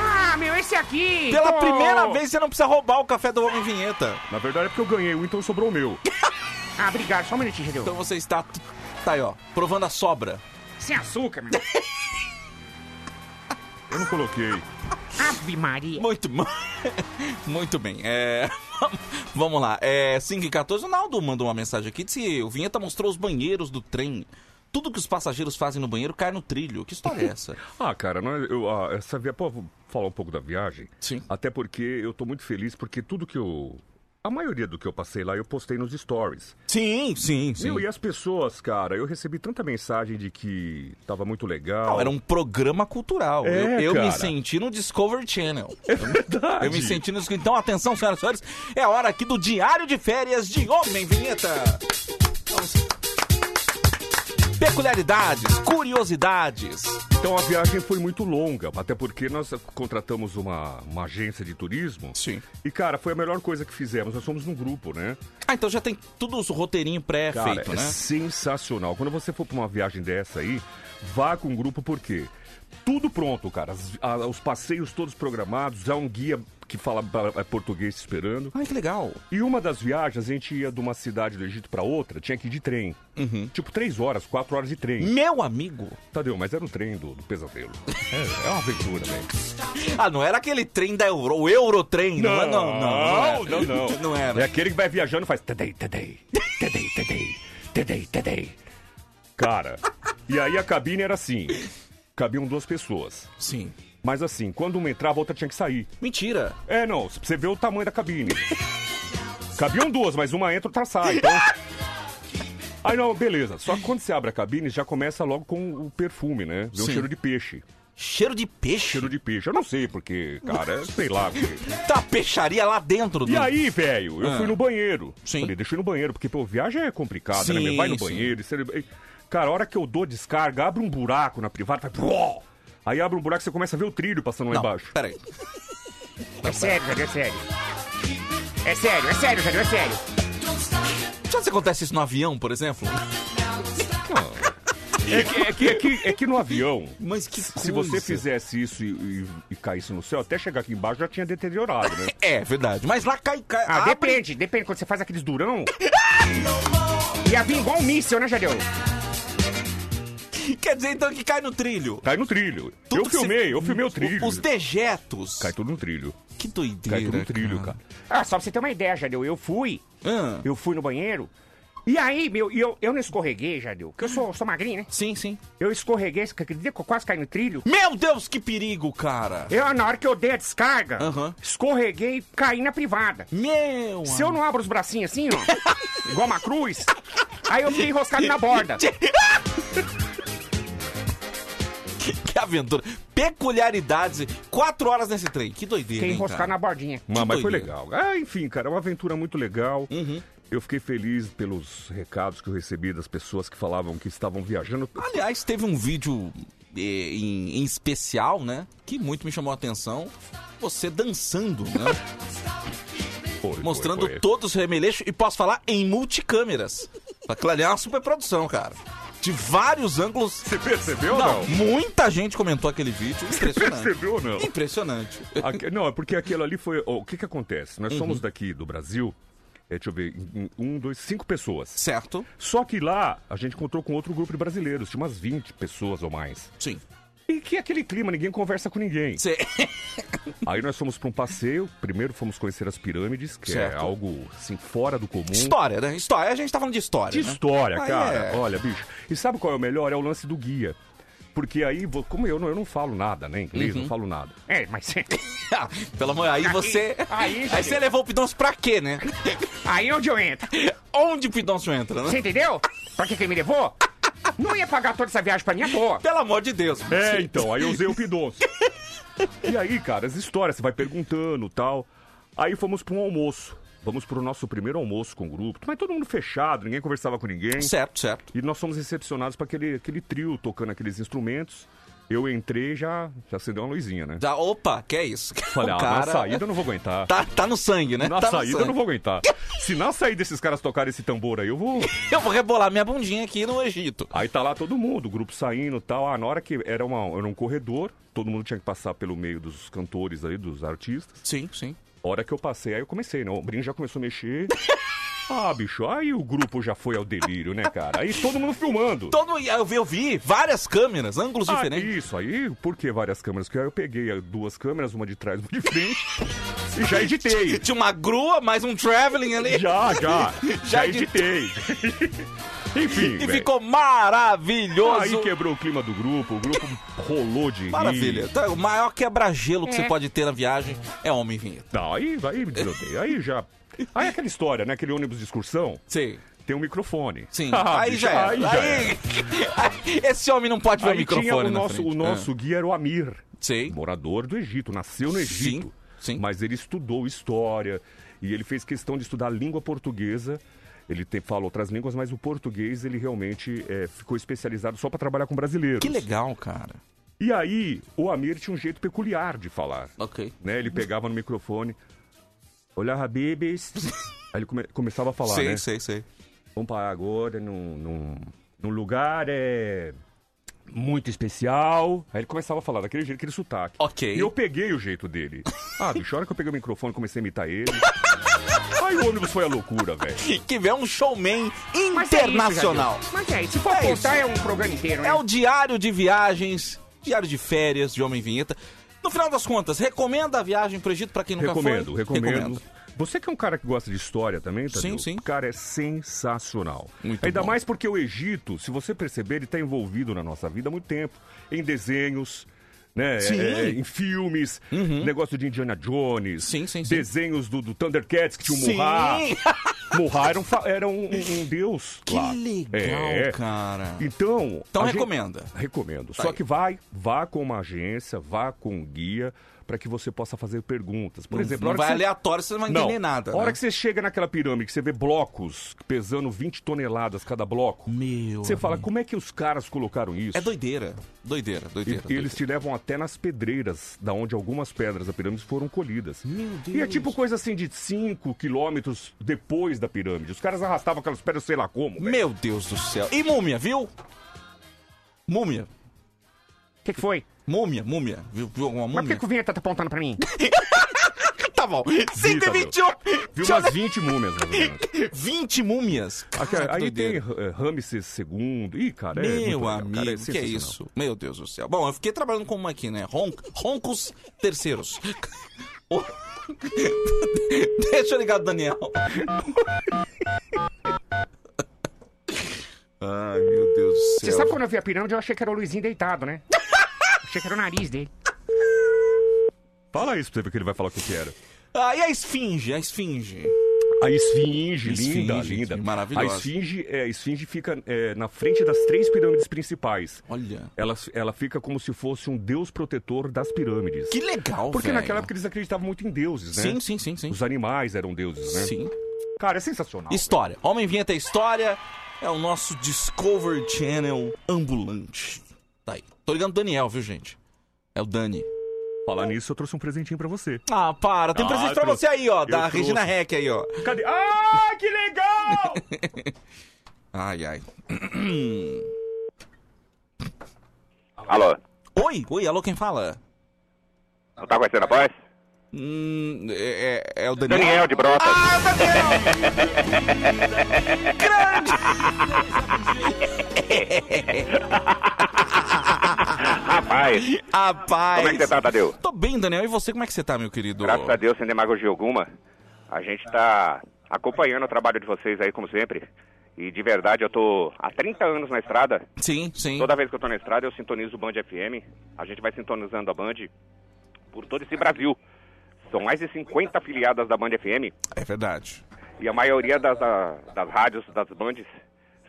Speaker 9: Ah, meu, esse aqui!
Speaker 3: pela
Speaker 9: pô.
Speaker 3: primeira vez você não precisa roubar o café do Homem Vinheta.
Speaker 7: Na verdade é porque eu ganhei um, então sobrou o meu.
Speaker 9: *laughs* Ah, obrigado, só um minutinho, Jadeu.
Speaker 3: Então você está... *laughs* Tá aí, ó, provando a sobra.
Speaker 9: Sem açúcar, meu.
Speaker 7: Então, Eu não coloquei.
Speaker 9: Ave Maria.
Speaker 3: Muito bom. *laughs* Muito bem. É... *laughs* Vamos lá. É 5 e 14. O Naldo mandou uma mensagem aqui. Disse: O Vinheta mostrou os banheiros do trem. Tudo que os passageiros fazem no banheiro cai no trilho. Que história é essa?
Speaker 7: Ah, cara, não é- eu, ah, essa viagem. Posso falar um pouco da viagem?
Speaker 3: Sim.
Speaker 7: Até porque eu tô muito feliz, porque tudo que eu. A maioria do que eu passei lá eu postei nos stories.
Speaker 3: *laughs* Sim, sim,
Speaker 7: Meu, e as pessoas, cara, eu recebi tanta mensagem de que tava muito legal.
Speaker 3: Não, era um programa cultural.
Speaker 7: É,
Speaker 3: eu eu
Speaker 7: cara.
Speaker 3: me senti no Discovery Channel. É
Speaker 7: verdade.
Speaker 3: Eu me senti no Discovery Então, atenção, senhoras e senhores. É a hora aqui do Diário de Férias de Homem Vinheta. Vamos. Peculiaridades, curiosidades.
Speaker 7: Então a viagem foi muito longa, até porque nós contratamos uma, uma agência de turismo.
Speaker 3: Sim.
Speaker 7: E, cara, foi a melhor coisa que fizemos. Nós somos num grupo, né?
Speaker 3: Ah, então já tem tudo os roteirinho
Speaker 7: Cara,
Speaker 3: pré-feito,
Speaker 7: é
Speaker 3: né?
Speaker 7: sensacional. Quando você for pra uma viagem dessa aí, vá com um grupo, por quê? Tudo pronto, cara. As- a- os passeios todos programados, há um guia que fala ba- é, português te esperando.
Speaker 3: Ai, que legal.
Speaker 7: E uma das viagens, a gente ia de uma cidade do Egito pra outra, tinha que ir de trem. Tipo, três horas, quatro horas de trem.
Speaker 3: Meu amigo.
Speaker 7: Tadeu, mas era o trem do, do pesadelo. É, é uma aventura, velho.
Speaker 3: Ah, não era aquele trem da Euro, o Eurotrem, não, é? não, não,
Speaker 7: não, não.
Speaker 3: não era.
Speaker 7: É aquele que vai viajando e faz tadei, tadei, tadei, tadei, tadei, tadei. Cara, e aí a cabine era assim. Cabiam duas pessoas.
Speaker 3: Sim.
Speaker 7: Mas assim, quando uma entrava, a outra tinha que sair.
Speaker 3: Mentira.
Speaker 7: É, não, pra você vê o tamanho da cabine. Cabiam duas, mas uma entra, outra sai. Então... Aí não, beleza. Só que quando você abre a cabine, já começa logo com o perfume, né? Vê um
Speaker 3: Sim.
Speaker 7: cheiro de peixe.
Speaker 3: Cheiro de peixe?
Speaker 7: Cheiro de peixe. Eu não sei porque, cara, sei lá. porque-
Speaker 3: Tá peixaria lá dentro
Speaker 9: Hum.
Speaker 3: do...
Speaker 7: E aí, velho, eu
Speaker 3: Ah.
Speaker 7: fui no banheiro.
Speaker 3: Sim.
Speaker 7: Falei, deixa eu ir no banheiro, porque, pô, viagem é complicada, né?
Speaker 3: Sim,
Speaker 7: meu? Vai no
Speaker 3: sim.
Speaker 7: banheiro. e você- Cara, a hora que eu dou descarga, abre um buraco na privada, vai... Pô! Aí abre um buraco e você começa a ver o trilho passando lá
Speaker 3: Não,
Speaker 7: embaixo.
Speaker 3: peraí. Tá
Speaker 9: É sério, Jadeu, é sério. É sério, é sério, Jadeu, é sério.
Speaker 3: Já se acontece isso no avião, por exemplo?
Speaker 7: É que, é que- é que- é que no avião,
Speaker 3: Mas que coisa.
Speaker 7: se você fizesse isso e, e- e caísse no céu, até chegar aqui embaixo já tinha deteriorado, né?
Speaker 3: É, verdade. Mas lá cai... cai
Speaker 9: *laughs* Ah,
Speaker 3: abre-
Speaker 9: depende, depende. Quando você faz aqueles durão...
Speaker 7: *laughs*
Speaker 9: Ia vir igual um míssil, né, Jadeu?
Speaker 3: Quer dizer, então, que cai no trilho.
Speaker 7: Cai no trilho.
Speaker 3: Tudo
Speaker 7: eu
Speaker 3: que se-
Speaker 7: filmei, eu filmei o trilho.
Speaker 3: Os dejetos.
Speaker 7: Cai tudo no trilho.
Speaker 3: Que doideira,
Speaker 7: Cai tudo no trilho, cara.
Speaker 9: Ah, só pra você ter uma ideia, Jadeu, eu fui,
Speaker 3: Ah,
Speaker 9: eu fui no banheiro... E aí, meu, e eu, eu não escorreguei, Jadeu, porque eu sou, sou magrinho, né?
Speaker 3: Sim, sim.
Speaker 9: Eu escorreguei, você acredita que eu quase caí no trilho?
Speaker 3: Meu Deus, que perigo, cara.
Speaker 9: Eu, na hora que eu dei a descarga,
Speaker 3: Aham.
Speaker 9: escorreguei e caí na privada.
Speaker 3: Meu
Speaker 9: Se eu não abro os bracinhos assim,
Speaker 3: *laughs*
Speaker 9: ó, igual uma cruz, aí eu fiquei enroscado na borda.
Speaker 3: Que aventura. Peculiaridades. Quatro horas nesse trem. Que doideira,
Speaker 9: Fiquei
Speaker 3: hein,
Speaker 9: enroscado
Speaker 3: cara?
Speaker 9: na bordinha.
Speaker 7: Mas, mas foi
Speaker 3: doideira. Uhum.
Speaker 7: legal. Ah, enfim, cara, é uma aventura muito legal. Eu fiquei feliz pelos recados que eu recebi das pessoas que falavam que estavam viajando. Ah,
Speaker 3: Aliás, teve um vídeo eh, em, em especial, né? Que muito me chamou a atenção. Você dançando,
Speaker 7: *laughs*
Speaker 3: né?
Speaker 7: Foi, foi,
Speaker 3: Mostrando
Speaker 7: foi.
Speaker 3: todos os remeleixos e posso falar em multicâmeras. Aquilo ali é uma superprodução, cara. De vários ângulos.
Speaker 7: Você percebeu ou não?
Speaker 3: muita gente comentou aquele vídeo. Impressionante. Então-
Speaker 7: Percebeu ou não?
Speaker 3: Impressionante.
Speaker 7: Aque- Não, é porque aquilo ali foi. ó, o que que acontece? Nós
Speaker 3: Uhum.
Speaker 7: somos daqui do Brasil. É, deixa eu ver. um, Um, dois, cinco pessoas.
Speaker 3: Certo?
Speaker 7: Só que lá a gente encontrou com outro grupo de brasileiros. Tinha umas 20 pessoas ou mais.
Speaker 3: Sim.
Speaker 7: E que é aquele clima, ninguém conversa com ninguém.
Speaker 3: Cê-
Speaker 7: Aí nós fomos pra um passeio. Primeiro fomos conhecer as pirâmides, que é
Speaker 3: Certo.
Speaker 7: algo assim fora do comum.
Speaker 3: *laughs* História, né? *laughs* História. A gente tá falando de história.
Speaker 7: De
Speaker 3: né?
Speaker 7: história,
Speaker 3: Ah,
Speaker 7: cara.
Speaker 3: é.
Speaker 7: Olha, bicho. E sabe qual é o melhor? É o lance do guia. Porque aí, vo- como eu não, eu não falo nada, né? Inglês,
Speaker 3: Uhum.
Speaker 7: não falo nada. É, mas. *laughs*
Speaker 3: Ah, Pelo amor, aí você.
Speaker 7: aí,
Speaker 3: Aí,
Speaker 7: gente.
Speaker 3: você levou o Pidoncio pra quê,
Speaker 7: *laughs*
Speaker 3: né?
Speaker 10: Aí onde eu entro?
Speaker 3: Onde o Pidoncio entra, né?
Speaker 10: Você entendeu? Pra que que ele me levou? Não ia pagar toda essa viagem pra mim à toa.
Speaker 3: Pelo amor de Deus.
Speaker 7: É, então, aí eu usei o pidonço. e aí, cara, as histórias, você vai perguntando tal. Aí fomos pra um almoço. Vamos pro nosso primeiro almoço com o grupo. Mas todo mundo fechado, ninguém conversava com ninguém.
Speaker 3: Certo, certo.
Speaker 7: E nós fomos recepcionados para aquele, aquele trio tocando aqueles instrumentos. Eu entrei e já, já acendeu uma luzinha, né?
Speaker 3: Já, opa, que é isso? *laughs*
Speaker 7: Falei,
Speaker 3: O
Speaker 7: ah,
Speaker 3: cara-
Speaker 7: na saída eu não
Speaker 3: *laughs*
Speaker 7: vou aguentar.
Speaker 3: Tá, tá no sangue, né?
Speaker 7: Na
Speaker 3: Tá no
Speaker 7: saída eu
Speaker 3: sangue.
Speaker 7: não vou aguentar. Se na saída esses caras tocarem esse tambor aí, eu vou.
Speaker 3: Eu vou rebolar minha bundinha aqui no Egito.
Speaker 7: Aí tá lá todo mundo, o grupo saindo e tal. Ah, na hora que era, uma, era um corredor, todo mundo tinha que passar pelo meio dos cantores ali, dos artistas.
Speaker 3: Sim, sim.
Speaker 7: A hora que eu passei, aí eu comecei, né? O brinco já começou
Speaker 3: *laughs*
Speaker 7: a mexer. Ah, bicho, aí o grupo já foi ao delírio, né, cara? Aí todo mundo filmando.
Speaker 3: Todo, eu, vi, eu vi várias câmeras, ângulos
Speaker 7: Ah,
Speaker 3: diferentes.
Speaker 7: isso aí, por que várias câmeras? Porque aí eu peguei ah, duas câmeras, uma de trás e uma de frente, e já editei.
Speaker 3: Tinha uma grua, mais um traveling ali.
Speaker 7: Já,
Speaker 3: *laughs*
Speaker 7: já. já
Speaker 3: editei.
Speaker 7: editei.
Speaker 3: *laughs*
Speaker 7: Enfim.
Speaker 3: E
Speaker 7: velho.
Speaker 3: ficou maravilhoso.
Speaker 7: Aí quebrou o clima do grupo, o grupo rolou de rir.
Speaker 3: Maravilha. Então, o maior quebra-gelo que você
Speaker 7: É.
Speaker 3: pode ter na viagem é homem vinheta.
Speaker 7: Não, aí, aí me desandei. Aí já. Aí aquela história, né? Aquele ônibus de excursão.
Speaker 3: Sim.
Speaker 7: Tem um microfone.
Speaker 3: Sim.
Speaker 7: *laughs* Ah,
Speaker 3: aí
Speaker 7: bicho,
Speaker 3: já era.
Speaker 7: Aí,
Speaker 3: Aí,
Speaker 7: já
Speaker 3: *laughs*
Speaker 7: era.
Speaker 3: Esse homem não pode ver o
Speaker 7: Aí
Speaker 3: microfone
Speaker 7: tinha o
Speaker 3: na
Speaker 7: nosso,
Speaker 3: frente. É.
Speaker 7: o nosso guia era o Amir.
Speaker 3: Sim.
Speaker 7: Morador do Egito, nasceu no Egito. Sim. Mas ele estudou história e ele fez questão de estudar a língua portuguesa. Ele te, fala outras línguas, mas o português ele realmente é, ficou especializado só para trabalhar com brasileiros.
Speaker 3: Que legal, cara.
Speaker 7: E aí, o Amir tinha um jeito peculiar de falar.
Speaker 3: Ok.
Speaker 7: Né? Ele pegava no microfone. Olha, Habibis. aí ele come- começava a falar,
Speaker 3: sei,
Speaker 7: né?
Speaker 3: sei, sei.
Speaker 7: Vamos parar agora num, num, num lugar é, muito especial. Aí ele começava a falar daquele jeito, aquele sotaque.
Speaker 3: Ok.
Speaker 7: E eu peguei o jeito dele. Ah, bicho, a hora que eu peguei o microfone, comecei a imitar ele. Aí o ônibus foi a loucura, velho.
Speaker 3: Que é um showman
Speaker 10: Mas é isso,
Speaker 3: internacional.
Speaker 10: Jadil. Mas é isso, se for contar, é um programa inteiro, né?
Speaker 3: É o diário de viagens, diário de férias de Homem Vinheta. No final das contas, recomenda a viagem pro Egito pra quem nunca
Speaker 7: Recomendo,
Speaker 3: foi?
Speaker 7: recomendo, Você que é um cara que gosta de história também, tá
Speaker 3: Sim, sim.
Speaker 7: Cara, é sensacional. Ainda mais porque o Egito, se você perceber, ele tá envolvido na nossa vida há muito tempo. Em desenhos, né?
Speaker 3: Sim. Uhum.
Speaker 7: é, é, em filmes, negócio de Indiana Jones. Desenhos do, do Thundercats que tinha o
Speaker 3: Sim.
Speaker 7: Murra. Murra era um, fa- era um- um- um deus
Speaker 3: Que
Speaker 7: lá. É.
Speaker 3: legal, cara.
Speaker 7: Então...
Speaker 3: Então
Speaker 7: a gente-
Speaker 3: recomenda.
Speaker 7: Recomendo.
Speaker 3: Tá
Speaker 7: Só
Speaker 3: aí.
Speaker 7: que vai, vá com uma agência, vá com um guia para que você possa fazer perguntas. Por
Speaker 3: Não-
Speaker 7: exemplo,
Speaker 3: não
Speaker 7: a hora
Speaker 3: vai
Speaker 7: que
Speaker 3: aleatório, você não vai entender nada,
Speaker 7: A hora
Speaker 3: né?
Speaker 7: que você chega naquela pirâmide, que você vê blocos pesando 20 toneladas cada bloco,
Speaker 3: Meu.
Speaker 7: você fala, como é que os caras colocaram isso?
Speaker 3: É doideira. Doideira,
Speaker 7: E
Speaker 3: doideira.
Speaker 7: eles te levam até nas pedreiras, da onde algumas pedras da pirâmide foram colhidas. Meu
Speaker 3: Deus.
Speaker 7: E é tipo coisa assim de 5 quilômetros depois da pirâmide. Os caras arrastavam aquelas pedras, sei lá como. velho.
Speaker 3: Meu Deus do céu. E múmia, viu? Múmia.
Speaker 10: O que, que foi?
Speaker 3: Múmia, múmia. Viu, viu alguma
Speaker 10: Mas por que,
Speaker 3: múmia?
Speaker 10: que o Vinheta tá apontando pra mim?
Speaker 3: *laughs* Tá bom. 5 e
Speaker 7: Viu,
Speaker 3: 21.
Speaker 7: Viu umas 20 múmias,
Speaker 3: *laughs*
Speaker 7: mais ou menos.
Speaker 3: 20 múmias. Caraca,
Speaker 7: Ah, Aí tem
Speaker 3: doideira.
Speaker 7: eh, Ramses II. Ih, cara, é muito
Speaker 3: Meu
Speaker 7: legal,
Speaker 3: amigo,
Speaker 7: cara,
Speaker 3: que
Speaker 7: é
Speaker 3: é
Speaker 7: sensacional.
Speaker 3: isso? Meu Deus do céu. Bom, eu fiquei trabalhando com uma aqui, né? Ron- roncos terceiros. *laughs* O- *laughs* Deixa eu ligar do Daniel. *laughs* Ai, meu Deus do céu.
Speaker 10: Você sabe quando eu vi a pirâmide, eu achei que era o Luizinho deitado, né? achei que era o nariz dele.
Speaker 7: Fala isso pra você ver que ele vai falar o que que era.
Speaker 3: Ah, e a esfinge? A esfinge.
Speaker 7: A esfinge,
Speaker 3: Esfinge,
Speaker 7: linda, linda.
Speaker 3: maravilhosa.
Speaker 7: A esfinge, é, a esfinge fica é, na frente das três pirâmides principais.
Speaker 3: Olha.
Speaker 7: Ela, ela fica como se fosse um deus protetor das pirâmides.
Speaker 3: Que legal,
Speaker 7: Porque
Speaker 3: velho.
Speaker 7: naquela época eles acreditavam muito em deuses, né?
Speaker 3: Sim, sim, sim, sim.
Speaker 7: Os animais eram deuses, né?
Speaker 3: Sim.
Speaker 7: Cara, é sensacional.
Speaker 3: História. Homem Vinheta é História é o nosso Discovery Channel ambulante. Tá aí. Tô ligando pro Daniel, viu, gente? É o Dani.
Speaker 7: Falar nisso, eu trouxe um presentinho pra você.
Speaker 3: Ah, para. Tem
Speaker 7: Ah,
Speaker 3: presente
Speaker 7: eu
Speaker 3: pra
Speaker 7: trouxe.
Speaker 3: você aí, ó.
Speaker 7: Eu
Speaker 3: Da
Speaker 7: trouxe.
Speaker 3: Regina Rec aí, ó.
Speaker 7: Cadê? Ah,
Speaker 3: *laughs*
Speaker 7: que legal!
Speaker 3: Ai, ai.
Speaker 6: Alô,
Speaker 3: Oi, oi, alô, quem fala?
Speaker 6: não tá conhecendo a voz?
Speaker 3: Hum, é, é- é o Daniel.
Speaker 6: Daniel de Brotas.
Speaker 3: Ah, Daniel!
Speaker 6: *laughs* Rapaz.
Speaker 3: Rapaz.
Speaker 6: Como é que você tá, Tadeu?
Speaker 3: Tô bem, Daniel. E você, como é que você tá, meu querido?
Speaker 6: Graças a Deus, sem demagogia alguma, a gente tá acompanhando o trabalho de vocês aí, como sempre.
Speaker 7: E de verdade, eu tô há 30 anos na estrada.
Speaker 3: Sim, sim.
Speaker 7: Toda vez que eu tô na estrada, eu sintonizo o Band FM. A gente vai sintonizando a Band por todo esse Brasil. São mais de 50 afiliadas da Band FM.
Speaker 3: É verdade.
Speaker 7: E a maioria das, a- das rádios, das bandes,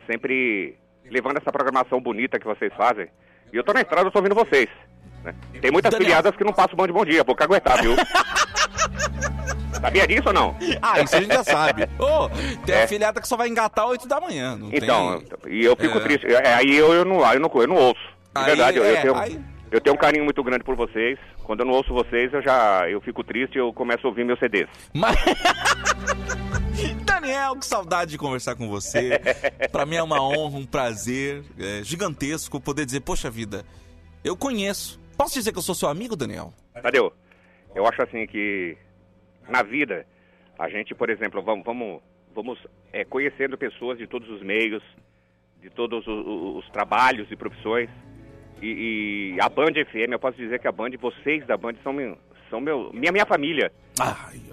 Speaker 7: sempre levando essa programação bonita que vocês fazem. E eu tô na estrada, eu tô ouvindo vocês. né? Tem muitas
Speaker 3: Daniel.
Speaker 7: afiliadas que não passam o Band Bom Dia, vou
Speaker 3: *laughs*
Speaker 7: caguetar, viu? Sabia disso ou não?
Speaker 3: Ah, isso a gente já sabe. Ô, tem
Speaker 7: É.
Speaker 3: a filhada que só vai engatar 8 da manhã. Não
Speaker 7: Então,
Speaker 3: tem...
Speaker 7: e eu fico
Speaker 3: É.
Speaker 7: triste. É, aí eu, eu, não, eu, não, eu não ouço. De
Speaker 3: Aí,
Speaker 7: verdade, eu, eu
Speaker 3: é,
Speaker 7: tenho,
Speaker 3: aí-
Speaker 7: eu tenho um carinho muito grande por vocês. Quando eu não ouço vocês, eu já eu fico triste e eu começo a ouvir meus CDs.
Speaker 3: *laughs* Daniel, que saudade de conversar com você. Pra mim é uma honra, um prazer é, gigantesco poder dizer, poxa vida, eu conheço. Posso dizer que eu sou seu amigo, Daniel?
Speaker 7: Tadeu, eu acho assim que na vida, a gente, por exemplo, vamos, vamos, vamos é, conhecendo pessoas de todos os meios, de todos o- o- os, trabalhos e profissões. E, e a Band FM, eu posso dizer que a Band, vocês da Band são, meu- são meu, minha, minha família.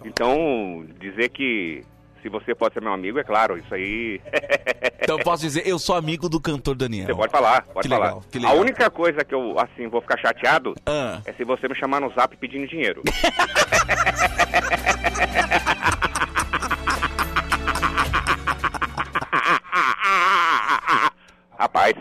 Speaker 7: então, dizer que se você pode ser meu amigo, é claro, isso aí *laughs*
Speaker 3: Então eu posso dizer, eu sou amigo do cantor Daniel.
Speaker 7: Você pode falar, pode
Speaker 3: Que
Speaker 7: falar.
Speaker 3: legal, que legal.
Speaker 7: A única coisa que eu, assim, vou ficar chateado
Speaker 3: Ah. *laughs*
Speaker 7: é se você me chamar no zap pedindo dinheiro. Rapaz.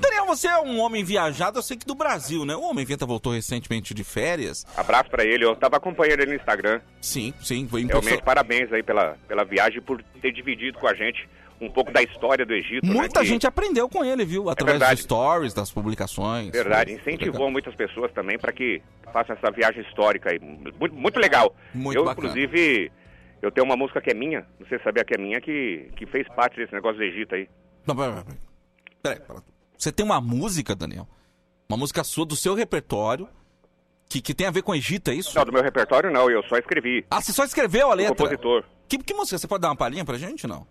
Speaker 3: Daniel, você é um homem viajado, eu sei que do Brasil, né? O Homem Venta voltou recentemente de férias.
Speaker 7: Abraço pra ele, eu tava acompanhando ele no Instagram.
Speaker 3: Sim, sim, foi
Speaker 7: Realmente,
Speaker 3: impressionante.
Speaker 7: parabéns aí pela, pela viagem, por ter dividido com a gente um pouco da história do Egito. né,
Speaker 3: Muita
Speaker 7: que-
Speaker 3: gente aprendeu com ele, viu? Através
Speaker 7: verdade.
Speaker 3: dos stories, das publicações.
Speaker 7: Verdade,
Speaker 3: Foi
Speaker 7: incentivou
Speaker 3: legal.
Speaker 7: muitas pessoas também para que façam essa viagem histórica aí. Muito, muito legal.
Speaker 3: Muito
Speaker 7: eu,
Speaker 3: bacana.
Speaker 7: inclusive, eu tenho uma música que é minha, não sei se sabia que é minha, que, que fez parte desse negócio do Egito aí.
Speaker 3: Não, peraí, peraí. peraí. Peraí, peraí. Você tem uma música, Daniel? Uma música sua do seu repertório que, que tem a ver com o Egito, é isso?
Speaker 7: Não, do meu repertório não, eu só escrevi.
Speaker 3: Ah, você só escreveu a letra?
Speaker 7: compositor.
Speaker 3: Que, que música? Você pode dar uma palhinha pra gente, não?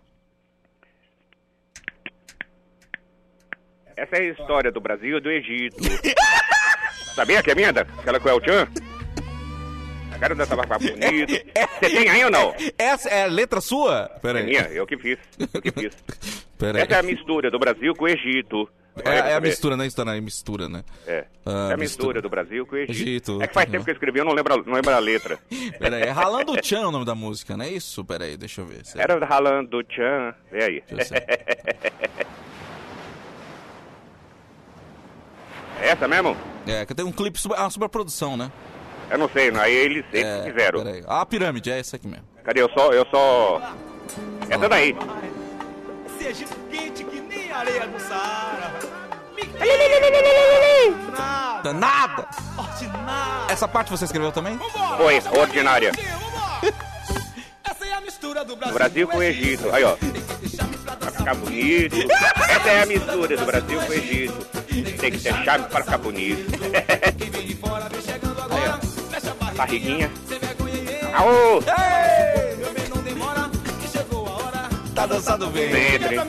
Speaker 7: Essa é a história do Brasil e
Speaker 3: *laughs*
Speaker 7: do Egito. sabia que é minha? da- Aquela com o El Chan? A garota tava bonito. Você tem aí ou não?
Speaker 3: Essa é a letra sua?
Speaker 7: É
Speaker 3: Peraí. *laughs*
Speaker 7: minha, eu que fiz, eu que fiz.
Speaker 3: Peraí.
Speaker 7: Essa é a mistura do Brasil com o Egito.
Speaker 3: É,
Speaker 7: Olha pra
Speaker 3: é a
Speaker 7: saber.
Speaker 3: mistura, né? Isso não é mistura, né?
Speaker 7: É.
Speaker 3: Ah,
Speaker 7: é a mistura
Speaker 3: *laughs*
Speaker 7: do Brasil com o Egito.
Speaker 3: Egito.
Speaker 7: É que faz tempo que eu escrevi, eu não lembro, a- não lembro a letra.
Speaker 3: Peraí, é Ralando
Speaker 7: *laughs*
Speaker 3: o Tchan o nome da música, não é isso? Peraí, deixa eu ver. se é-
Speaker 7: Era ralando Tchan. Vê aí.
Speaker 3: Deixa eu
Speaker 7: É Essa mesmo?
Speaker 3: É, que tem um clipe, sobre, uma superprodução, né?
Speaker 7: Eu não sei, não. aí eles, eles
Speaker 3: É,
Speaker 7: fizeram.
Speaker 3: peraí. Ah, a pirâmide, é essa aqui mesmo.
Speaker 7: Cadê? Eu só. Eu só... Essa daí.
Speaker 5: Seja quente que nem areia no Saara.
Speaker 3: Tá Nada! Essa parte você escreveu também?
Speaker 7: Foi, ordinária.
Speaker 5: Essa é a mistura do
Speaker 7: Do
Speaker 5: Brasil.
Speaker 7: Brasil com o Egito. Aí, ó. Pra ficar bonito. Essa é a mistura do Brasil com o Egito. Tem que ter chave pra ficar bonito. Aí, ó. Barriguinha. Aô!
Speaker 3: Tá dançando bem.
Speaker 7: Pedro, hein?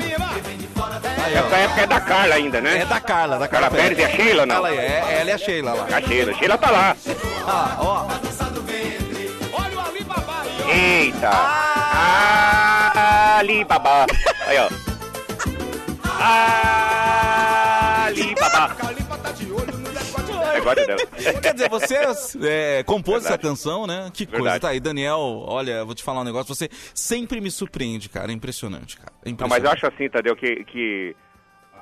Speaker 7: Essa época é da Carla ainda, né? É
Speaker 3: da Carla, da
Speaker 7: Carla Pérez e a Sheila, não?
Speaker 3: Ela é, ela é a Sheila lá.
Speaker 7: A Sheila, Sheila tá lá.
Speaker 3: Ah, ó.
Speaker 7: Eita!
Speaker 3: Ah.
Speaker 7: Alibaba! Aí,
Speaker 3: *laughs*
Speaker 7: ó. Alibaba! Eu gosto dela.
Speaker 3: *laughs* Quer dizer, você é, compôs
Speaker 7: Verdade.
Speaker 3: essa canção, né? Que coisa.
Speaker 7: Verdade.
Speaker 3: Tá aí, Daniel, olha, eu vou te falar um negócio. Você sempre me surpreende, cara. É impressionante, cara. É
Speaker 7: Não, mas
Speaker 3: impressionante.
Speaker 7: eu acho assim, Tadeu, que, que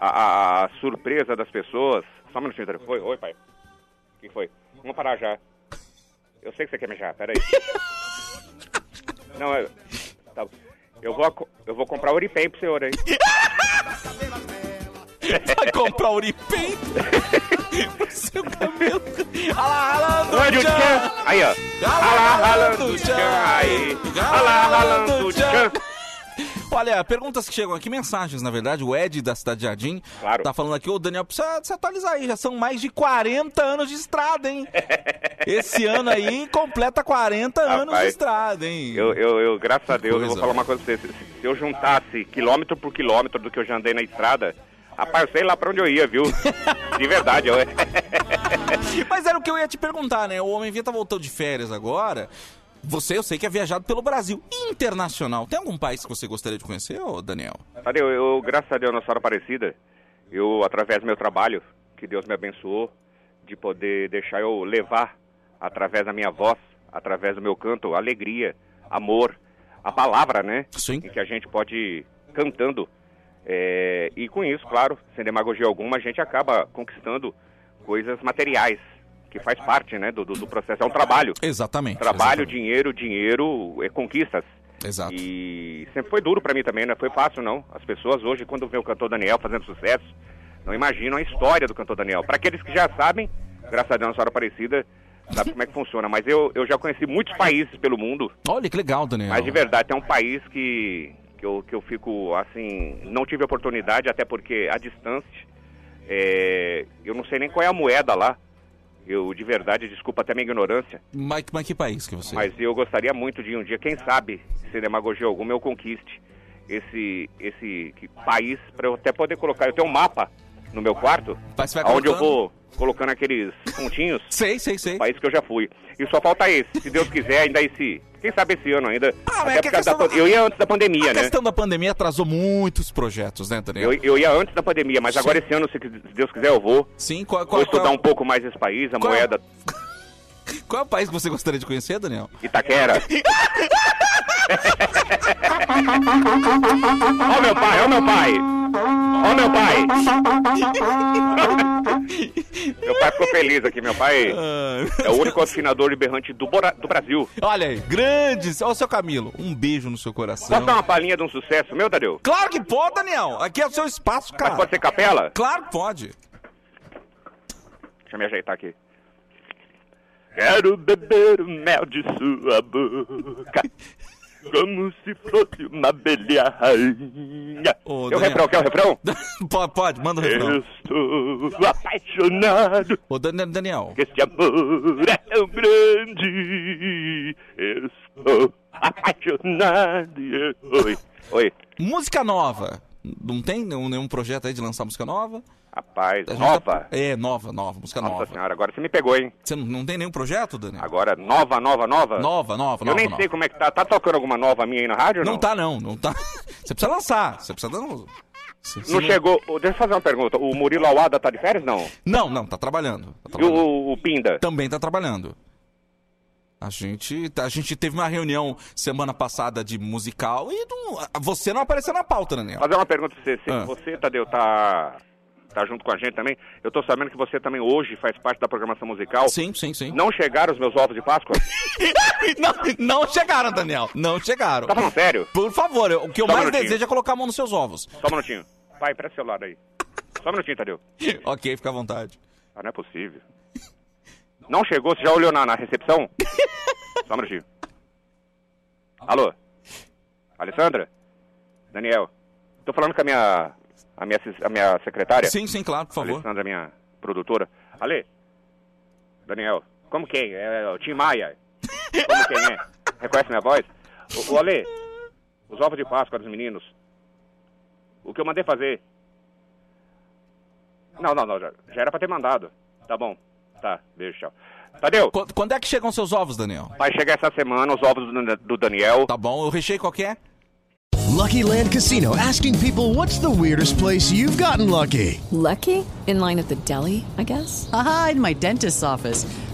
Speaker 7: a, a- a surpresa das pessoas. Só um minutinho, Tadeu. Foi, oi, pai. O que foi? Vamos parar já. Eu sei que você quer mijar, peraí. Não, eu. tá bom. eu, vou, aco- eu vou comprar Uripem pro senhor aí.
Speaker 3: Vai comprar Uripem? *laughs* pro seu cabelo. Ralando
Speaker 7: Olha o tchan. Aí, ó. Alá, ralando o tchan. Aí. Alá, ralando o tchan.
Speaker 3: Olha, perguntas que chegam aqui, mensagens, na verdade. O Ed, da Cidade Jardim, tá falando aqui, ô Daniel, precisa se atualizar aí, já são mais de 40 anos de estrada,
Speaker 7: *laughs*
Speaker 3: hein? Esse ano aí completa 40 anos de
Speaker 7: Rapaz,
Speaker 3: estrada, hein?
Speaker 7: Eu, eu, eu, graças a Deus, eu
Speaker 3: coisa,
Speaker 7: vou falar uma coisa pra você. Se, se eu juntasse quilômetro por quilômetro do que eu já andei na estrada, rapaz, eu sei lá pra onde eu ia, viu? De verdade, eu... é.
Speaker 3: tá Mas era o que eu ia te perguntar, né? O Homem Venta voltou de férias agora. Você, eu sei que é viajado pelo Brasil internacional. Tem algum país que você gostaria de conhecer, ô Daniel?
Speaker 7: Tadeu, eu, graças a Deus, Nossa Senhora Aparecida, eu, através do meu trabalho, que Deus me abençoou, de poder deixar eu levar, através da minha voz, através do meu canto, alegria, amor, a palavra, né?
Speaker 3: Sim.
Speaker 7: E que a gente pode ir cantando. É, e com isso, claro, sem demagogia alguma, a gente acaba conquistando coisas materiais, que faz parte, né, do, do- do processo. É um trabalho.
Speaker 3: Exatamente.
Speaker 7: Trabalho, dinheiro, dinheiro, é, conquistas.
Speaker 3: Exato.
Speaker 7: E sempre foi duro pra mim também, não é? foi fácil não. As pessoas hoje, quando vê o cantor Daniel fazendo sucesso, não imaginam a história do cantor Daniel. Pra aqueles que já sabem, graças a Deus, Nossa Senhora Aparecida, sabe como é que funciona. Mas eu, eu já conheci muitos países pelo mundo.
Speaker 3: Olha que legal, Daniel.
Speaker 7: Mas de verdade, é um país que, que, eu, que eu fico assim. Não tive oportunidade, até porque a distância. é, eu não sei nem qual é a moeda lá. Eu, de verdade, desculpa até minha ignorância.
Speaker 3: Mas, mas que país que você...
Speaker 7: Mas eu gostaria muito de um dia, quem sabe, sem demagogia alguma, eu conquiste esse, esse que- país para eu até poder colocar. Eu tenho um mapa no meu quarto,
Speaker 3: Mas você vai
Speaker 7: onde eu
Speaker 3: colocando.
Speaker 7: vou colocando aqueles pontinhos.
Speaker 3: sei, sei, sei.
Speaker 7: País que eu já fui. E só falta esse, se Deus quiser, ainda esse. Quem sabe esse ano ainda.
Speaker 3: mas
Speaker 7: até
Speaker 3: é que
Speaker 7: por
Speaker 3: a
Speaker 7: causa da
Speaker 3: questão
Speaker 7: pan- Eu ia antes da pandemia,
Speaker 3: A
Speaker 7: né?
Speaker 3: questão da pandemia atrasou muitos projetos, né, Daniel?
Speaker 7: Eu, eu ia antes da pandemia, mas agora esse ano, se quis- se Deus quiser, eu vou.
Speaker 3: Sim, qual, é
Speaker 7: Vou estudar um pouco mais esse país, a moeda.
Speaker 3: Qual é o país que você gostaria de conhecer, Daniel?
Speaker 7: Itaquera. Ó meu pai, ó meu pai. Ó
Speaker 3: *laughs*
Speaker 7: meu pai. Meu pai ficou feliz aqui, meu pai
Speaker 3: Ah.
Speaker 7: é o único afinador de berrante do, Bora- do Brasil.
Speaker 3: Olha aí, grandes. Olha o seu Camilo. Um beijo no seu coração.
Speaker 7: Posso dar uma palhinha de um sucesso meu, Tadeu?
Speaker 3: Claro que pode, Daniel. Aqui é o seu espaço, cara.
Speaker 7: pode ser capela?
Speaker 3: Claro que pode. *laughs*
Speaker 7: Deixa eu me ajeitar aqui. Quero beber o mel de
Speaker 3: *laughs*
Speaker 7: sua boca Como se fosse uma abelha rainha
Speaker 3: Ô,
Speaker 7: Eu
Speaker 3: Daniel.
Speaker 7: refrão, quer o refrão?
Speaker 3: pode, pode, manda o refrão.
Speaker 7: Eu estou apaixonado
Speaker 3: Ô, Dan- Daniel.
Speaker 7: Este amor é tão grande Eu estou apaixonado Oi, oi
Speaker 3: Música nova. Não tem nenhum, nenhum projeto aí de lançar música nova?
Speaker 7: Rapaz,
Speaker 3: A gente
Speaker 7: nova?
Speaker 3: tá- É, nova, nova. Música
Speaker 7: Nossa
Speaker 3: nova.
Speaker 7: senhora, agora você me pegou, hein?
Speaker 3: Você não, não tem nenhum projeto, Daniel?
Speaker 7: Agora, nova, nova, nova?
Speaker 3: Nova, nova,
Speaker 7: Eu
Speaker 3: nova,
Speaker 7: nem
Speaker 3: nova.
Speaker 7: sei como é que tá. Tá tocando alguma nova minha aí na rádio ou
Speaker 3: Não tá, não. Não tá. *laughs* Você precisa lançar. Você precisa dar um... Você- você
Speaker 7: Não chegou. Ô, Deixa eu fazer uma pergunta. O Murilo Alada tá de férias, não?
Speaker 3: Não, não, tá trabalhando. Tá
Speaker 7: E
Speaker 3: trabalhando.
Speaker 7: o, o Pinda?
Speaker 3: Também tá trabalhando. A gente, tá, a gente teve uma reunião semana passada de musical e não- você não apareceu na pauta, Daniel.
Speaker 7: Fazer uma pergunta pra você. Se
Speaker 3: Ah.
Speaker 7: você, Tadeu, tá, tá junto com a gente também, eu tô sabendo que você também hoje faz parte da programação musical.
Speaker 3: Sim, sim, sim.
Speaker 7: Não chegaram os meus ovos de Páscoa?
Speaker 3: *laughs* não, não chegaram, Daniel. Não chegaram.
Speaker 7: Tá falando sério?
Speaker 3: Por favor, eu- o que eu
Speaker 7: Só um
Speaker 3: mais
Speaker 7: minutinho.
Speaker 3: desejo é colocar a mão nos seus ovos. *laughs*
Speaker 7: Só um minutinho. Pai, presta o celular aí. Só um minutinho, Tadeu.
Speaker 3: ok, fica à vontade.
Speaker 7: Ah, não é possível. Não chegou? Você já olhou na, na recepção? Só um minutinho. Alô? Alessandra? Daniel? Tô falando com a minha, a minha, assis- a minha secretária?
Speaker 3: Sim, sim, claro, por favor.
Speaker 7: Alessandra, minha produtora. Ale? Daniel? Como quem? É, o Tim Maia.
Speaker 5: *laughs*
Speaker 7: Como quem é? Reconhece minha voz? O, o Ale, os ovos de Páscoa dos meninos. O que eu mandei fazer? Não, não, não. Já, já era pra ter mandado. Tá bom. Tá, beijo, tchau. Tadeu,
Speaker 3: Qu- Quando é que chegam seus ovos, Daniel?
Speaker 7: vai chegar essa semana os ovos do, do Daniel.
Speaker 3: Tá bom, eu recheio qualquer.
Speaker 11: Lucky Land Casino asking people what's the weirdest place you've gotten lucky?
Speaker 10: Lucky? In line at the deli, I guess?
Speaker 12: Aha, in my dentist's office.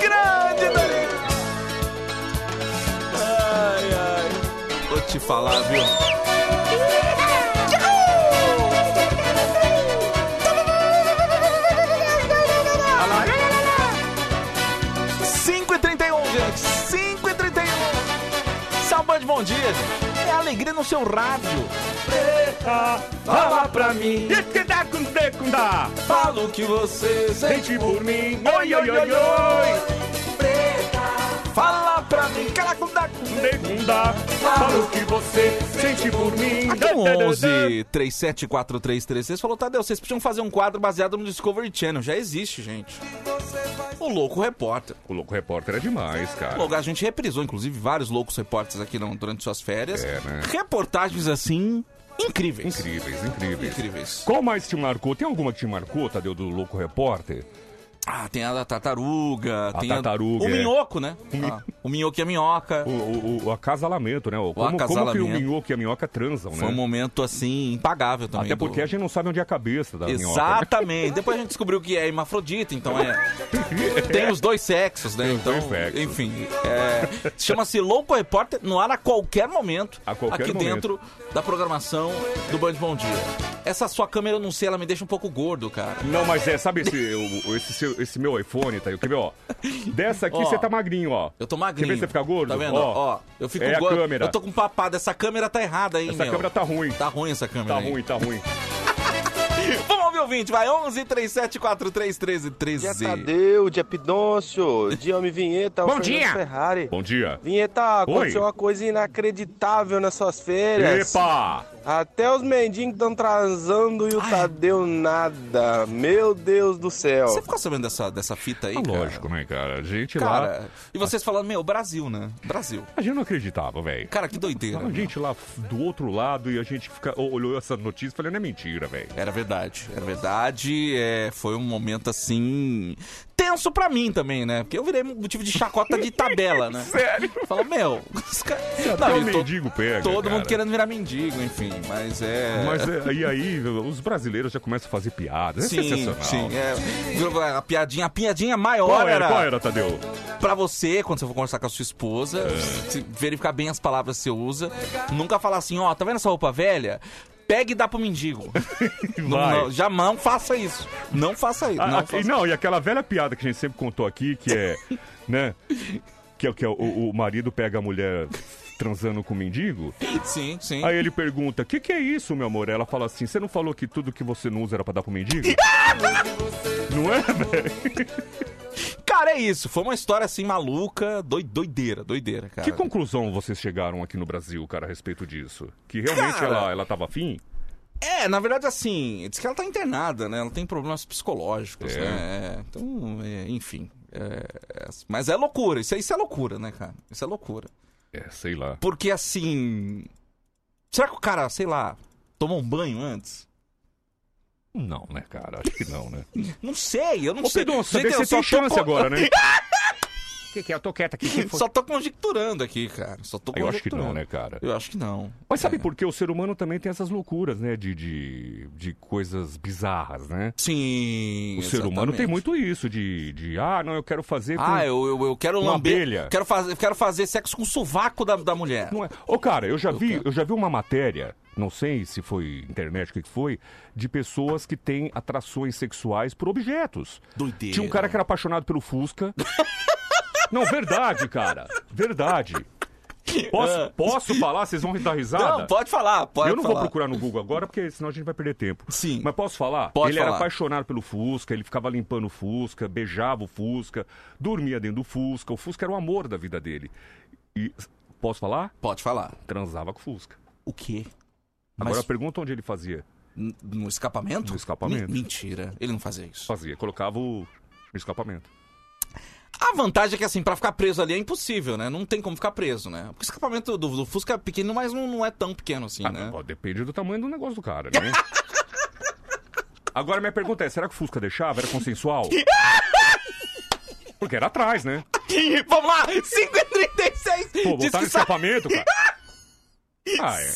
Speaker 3: Grande, Daniel. Ai, ai. Vou te falar, viu? Cinco e trinta e um, gente. Cinco e trinta e um. Saúde, bom dia, gente. É alegria no seu rádio.
Speaker 5: Fala pra mim.
Speaker 3: Fala o que você sente por mim.
Speaker 5: Oi, oi, oi, oi.
Speaker 3: Fala
Speaker 7: pra mim. Caracunda, negunda, fala o que você sente por mim.
Speaker 11: Ah,
Speaker 3: Aqui no 11 374336 falou, Tadeu, vocês podiam fazer um quadro baseado no Discovery Channel. Já existe, gente. O Louco Repórter.
Speaker 5: O Louco Repórter é demais, cara.
Speaker 3: Logo, a gente reprisou, inclusive, vários loucos repórteres aqui não, durante suas férias.
Speaker 5: É, né?
Speaker 3: Reportagens assim. Incríveis.
Speaker 5: Incríveis, incríveis.
Speaker 3: Incríveis.
Speaker 5: Qual mais te marcou? Tem alguma que te marcou, Tadeu, do Louco Repórter?
Speaker 3: Ah, tem a da tartaruga,
Speaker 5: A
Speaker 3: tem
Speaker 5: tartaruga,
Speaker 3: a... o
Speaker 5: é.
Speaker 3: minhoco, né? Ah, o minhoco e a minhoca.
Speaker 5: O, o, o acasalamento, né? O, como, como que o
Speaker 3: acasalamento.
Speaker 5: minhoco e a minhoca transam, né?
Speaker 3: Foi um momento assim impagável também.
Speaker 5: Até
Speaker 3: do-
Speaker 5: porque a gente não sabe onde é a cabeça da minhoca. né?
Speaker 3: Exatamente. Depois a gente descobriu que é hermafrodita, então
Speaker 5: *laughs*
Speaker 3: é. Tem os dois sexos, né? Então, enfim. é, Chama-se Louco Repórter no ar a qualquer momento.
Speaker 5: A qualquer
Speaker 3: aqui
Speaker 5: momento.
Speaker 3: dentro da programação do Band Bom Dia. Essa sua câmera, eu não sei, ela me deixa um pouco gordo, cara.
Speaker 5: Não, mas é, sabe esse, o- o- esse, seu- esse meu iPhone, tá? aí? Quer ver, ó? Dessa aqui
Speaker 3: Ó,
Speaker 5: você tá magrinho, ó.
Speaker 3: Eu tô magrinho.
Speaker 5: Quer ver você ficar gordo?
Speaker 3: Tá vendo? Ó,
Speaker 5: Ó,
Speaker 3: eu fico
Speaker 5: é
Speaker 3: gordo.
Speaker 5: a câmera.
Speaker 3: Eu tô com papada. Essa câmera tá errada aí,
Speaker 5: Essa
Speaker 3: meu.
Speaker 5: câmera tá ruim.
Speaker 3: Tá ruim essa câmera
Speaker 5: Tá
Speaker 3: aí.
Speaker 5: ruim, tá ruim.
Speaker 3: Vamos ouvir o ouvinte, vai. 11 37 43 13
Speaker 13: Dia
Speaker 3: 13.
Speaker 13: Tadeu, dia Pidoncio, dia Homem Vinheta, o
Speaker 3: Bom
Speaker 13: Fernando
Speaker 3: dia.
Speaker 13: Ferrari.
Speaker 5: Bom dia.
Speaker 13: Vinheta, aconteceu
Speaker 5: Oi.
Speaker 13: uma coisa inacreditável nessas férias.
Speaker 5: Epa!
Speaker 13: Até os mendigos estão transando
Speaker 3: Ah,
Speaker 13: e o Tadeu nada. Meu Deus do céu.
Speaker 3: é? Você ficou sabendo dessa, dessa fita aí?
Speaker 5: Ah,
Speaker 3: cara?
Speaker 5: lógico, né, cara? A gente lá...
Speaker 3: Cara, e vocês falando, meu, Brasil, né? Brasil.
Speaker 5: A gente não acreditava, velho.
Speaker 3: Cara, que doideira.
Speaker 5: A gente lá f- do outro lado e a gente fica- o- olhou essa notícia e falou, não é mentira, velho.
Speaker 3: Era verdade, era verdade. É, foi um momento assim. tenso pra mim também, né? Porque eu virei motivo de chacota de
Speaker 5: *laughs*
Speaker 3: tabela, né?
Speaker 5: Sério?
Speaker 3: Fala, meu, os caras.
Speaker 5: até o mendigo pega,
Speaker 3: Todo
Speaker 5: cara.
Speaker 3: mundo querendo virar mendigo, enfim. Mas é.
Speaker 5: Mas é, e aí os brasileiros já começam a fazer piadas. É
Speaker 3: Sim,
Speaker 5: sensacional.
Speaker 3: sim. É, virou a piadinha, a piadinha maior
Speaker 5: Qual era? Qual era, Tadeu?
Speaker 3: Pra você, quando você for conversar com a sua esposa,
Speaker 5: É.
Speaker 3: se- verificar bem as palavras que você usa. Nunca falar assim, ó, tá vendo essa roupa velha? Pega e dá pro
Speaker 5: *laughs*
Speaker 3: mendigo. não,
Speaker 5: Vai.
Speaker 3: não, já não faça isso. Não faça isso.
Speaker 5: Ah,
Speaker 3: não
Speaker 5: ah,
Speaker 3: faça
Speaker 5: e não, e aquela velha piada que a gente sempre contou aqui, que
Speaker 3: *laughs*
Speaker 5: é, né? Que é o que é, o, o marido pega a mulher transando com o mendigo.
Speaker 3: Sim, sim.
Speaker 5: Aí ele pergunta: "O que que é isso, meu amor?" Ela fala assim: "Você não falou que tudo que você não usa era pra dar
Speaker 3: *laughs*
Speaker 5: pro mendigo?" não é, velho?
Speaker 3: Cara, é isso. Foi uma história assim maluca, doi- doideira, doideira, cara.
Speaker 5: Que conclusão vocês chegaram aqui no Brasil, cara, a respeito disso? Que realmente
Speaker 3: Cara.
Speaker 5: ela ela tava afim?
Speaker 3: É, na verdade, assim, diz que ela tá internada, né? Ela tem problemas psicológicos,
Speaker 5: É.
Speaker 3: né? É, Então, é, enfim. é, é, mas é loucura, isso, é- isso é loucura, né, cara? Isso é loucura.
Speaker 5: É, sei lá.
Speaker 3: Porque assim. Será que o cara, sei lá, tomou um banho antes?
Speaker 5: Não, né, cara? Acho que não, né?
Speaker 3: Não sei, eu não
Speaker 5: Ô,
Speaker 3: sei.
Speaker 5: Pedro, você
Speaker 3: Gente,
Speaker 5: vê-
Speaker 3: eu
Speaker 5: você
Speaker 3: só
Speaker 5: tem
Speaker 3: tô
Speaker 5: chance
Speaker 3: con-
Speaker 5: agora, né?
Speaker 7: Que que é? Eu tô quieto aqui. que
Speaker 3: *laughs*
Speaker 7: foi?
Speaker 3: Só tô conjecturando aqui, cara. Só tô
Speaker 5: Eu acho que não,
Speaker 3: conjecturando.
Speaker 5: né, cara?
Speaker 3: Eu acho que não. É.
Speaker 5: Mas sabe por que o ser humano também tem essas loucuras, né? De, de, de coisas bizarras, né?
Speaker 3: Sim.
Speaker 5: O ser humano tem muito isso, de, de ah, não, eu quero fazer. com-
Speaker 3: Ah, eu, eu, eu quero
Speaker 5: com
Speaker 3: lamber.
Speaker 5: abelha.
Speaker 3: Quero fazer, quero fazer sexo com o sovaco da, da mulher.
Speaker 5: Não é- Ô, cara, eu já, vi, eu já vi uma matéria, não sei se foi internet, o que que foi, de pessoas que têm atrações sexuais por objetos.
Speaker 3: Doideira.
Speaker 5: Tinha um cara que era apaixonado pelo *laughs* Fusca. não, verdade, cara. Verdade.
Speaker 3: Ah. *laughs*
Speaker 5: Posso, posso falar? Vocês vão dar risada?
Speaker 3: Não, pode falar, pode
Speaker 5: Eu não
Speaker 3: falar.
Speaker 5: vou procurar no Google agora, porque senão a gente vai perder tempo.
Speaker 3: Sim.
Speaker 5: Mas posso falar?
Speaker 3: Pode
Speaker 5: ele
Speaker 3: falar.
Speaker 5: era apaixonado pelo Fusca, ele ficava limpando o Fusca, beijava o Fusca, dormia dentro do Fusca. O Fusca era o amor da vida dele. E posso falar?
Speaker 3: Pode falar.
Speaker 5: Transava com o Fusca.
Speaker 3: O quê?
Speaker 5: Agora
Speaker 3: Mas-
Speaker 5: pergunta onde ele fazia.
Speaker 3: N- No escapamento?
Speaker 5: No escapamento.
Speaker 3: Men- mentira, ele não fazia isso.
Speaker 5: Fazia, colocava o no escapamento.
Speaker 3: A vantagem é que, assim, pra ficar preso ali é impossível, né? Não tem como ficar preso, né? Porque o escapamento do, do Fusca é pequeno, mas não, não é tão pequeno assim, né? *laughs*
Speaker 5: Ó, depende do tamanho do negócio do cara,
Speaker 6: *laughs*
Speaker 5: né? Agora minha pergunta é, será que o Fusca deixava? Era consensual? Porque era atrás, né?
Speaker 3: Vamos lá, 5h36. Diz
Speaker 5: Pô, botar no
Speaker 3: que sa-
Speaker 5: escapamento, cara. Ah, é.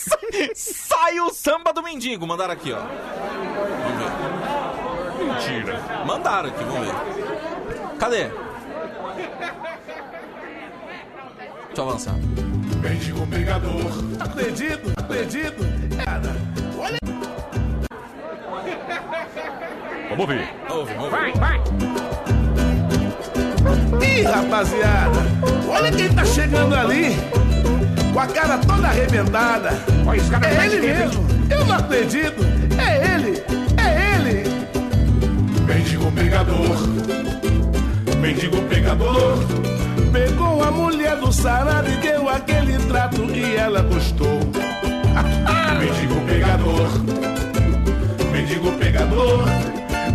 Speaker 3: *laughs* Sai o samba do mendigo, mandaram aqui, ó. Vamos
Speaker 5: ver. Mentira.
Speaker 3: Mandaram aqui, vamos ver. Cadê? Deixa eu avançar.
Speaker 5: Mendigo pegador.
Speaker 6: Acredito, acredito. Olha.
Speaker 5: Vamos ouvir.
Speaker 3: Ouve, ouve.
Speaker 6: Vai, vai. Ih, rapaziada. Olha quem tá chegando ali. Com a cara toda arrebentada. Olha, esse cara é ele mesmo. Eu não acredito. É ele. É ele. Mendigo pegador. Mendigo pegador. Pegou a mulher do sarado e deu aquele trato e ela gostou. *laughs* Mendigo pegador, mendigo pegador.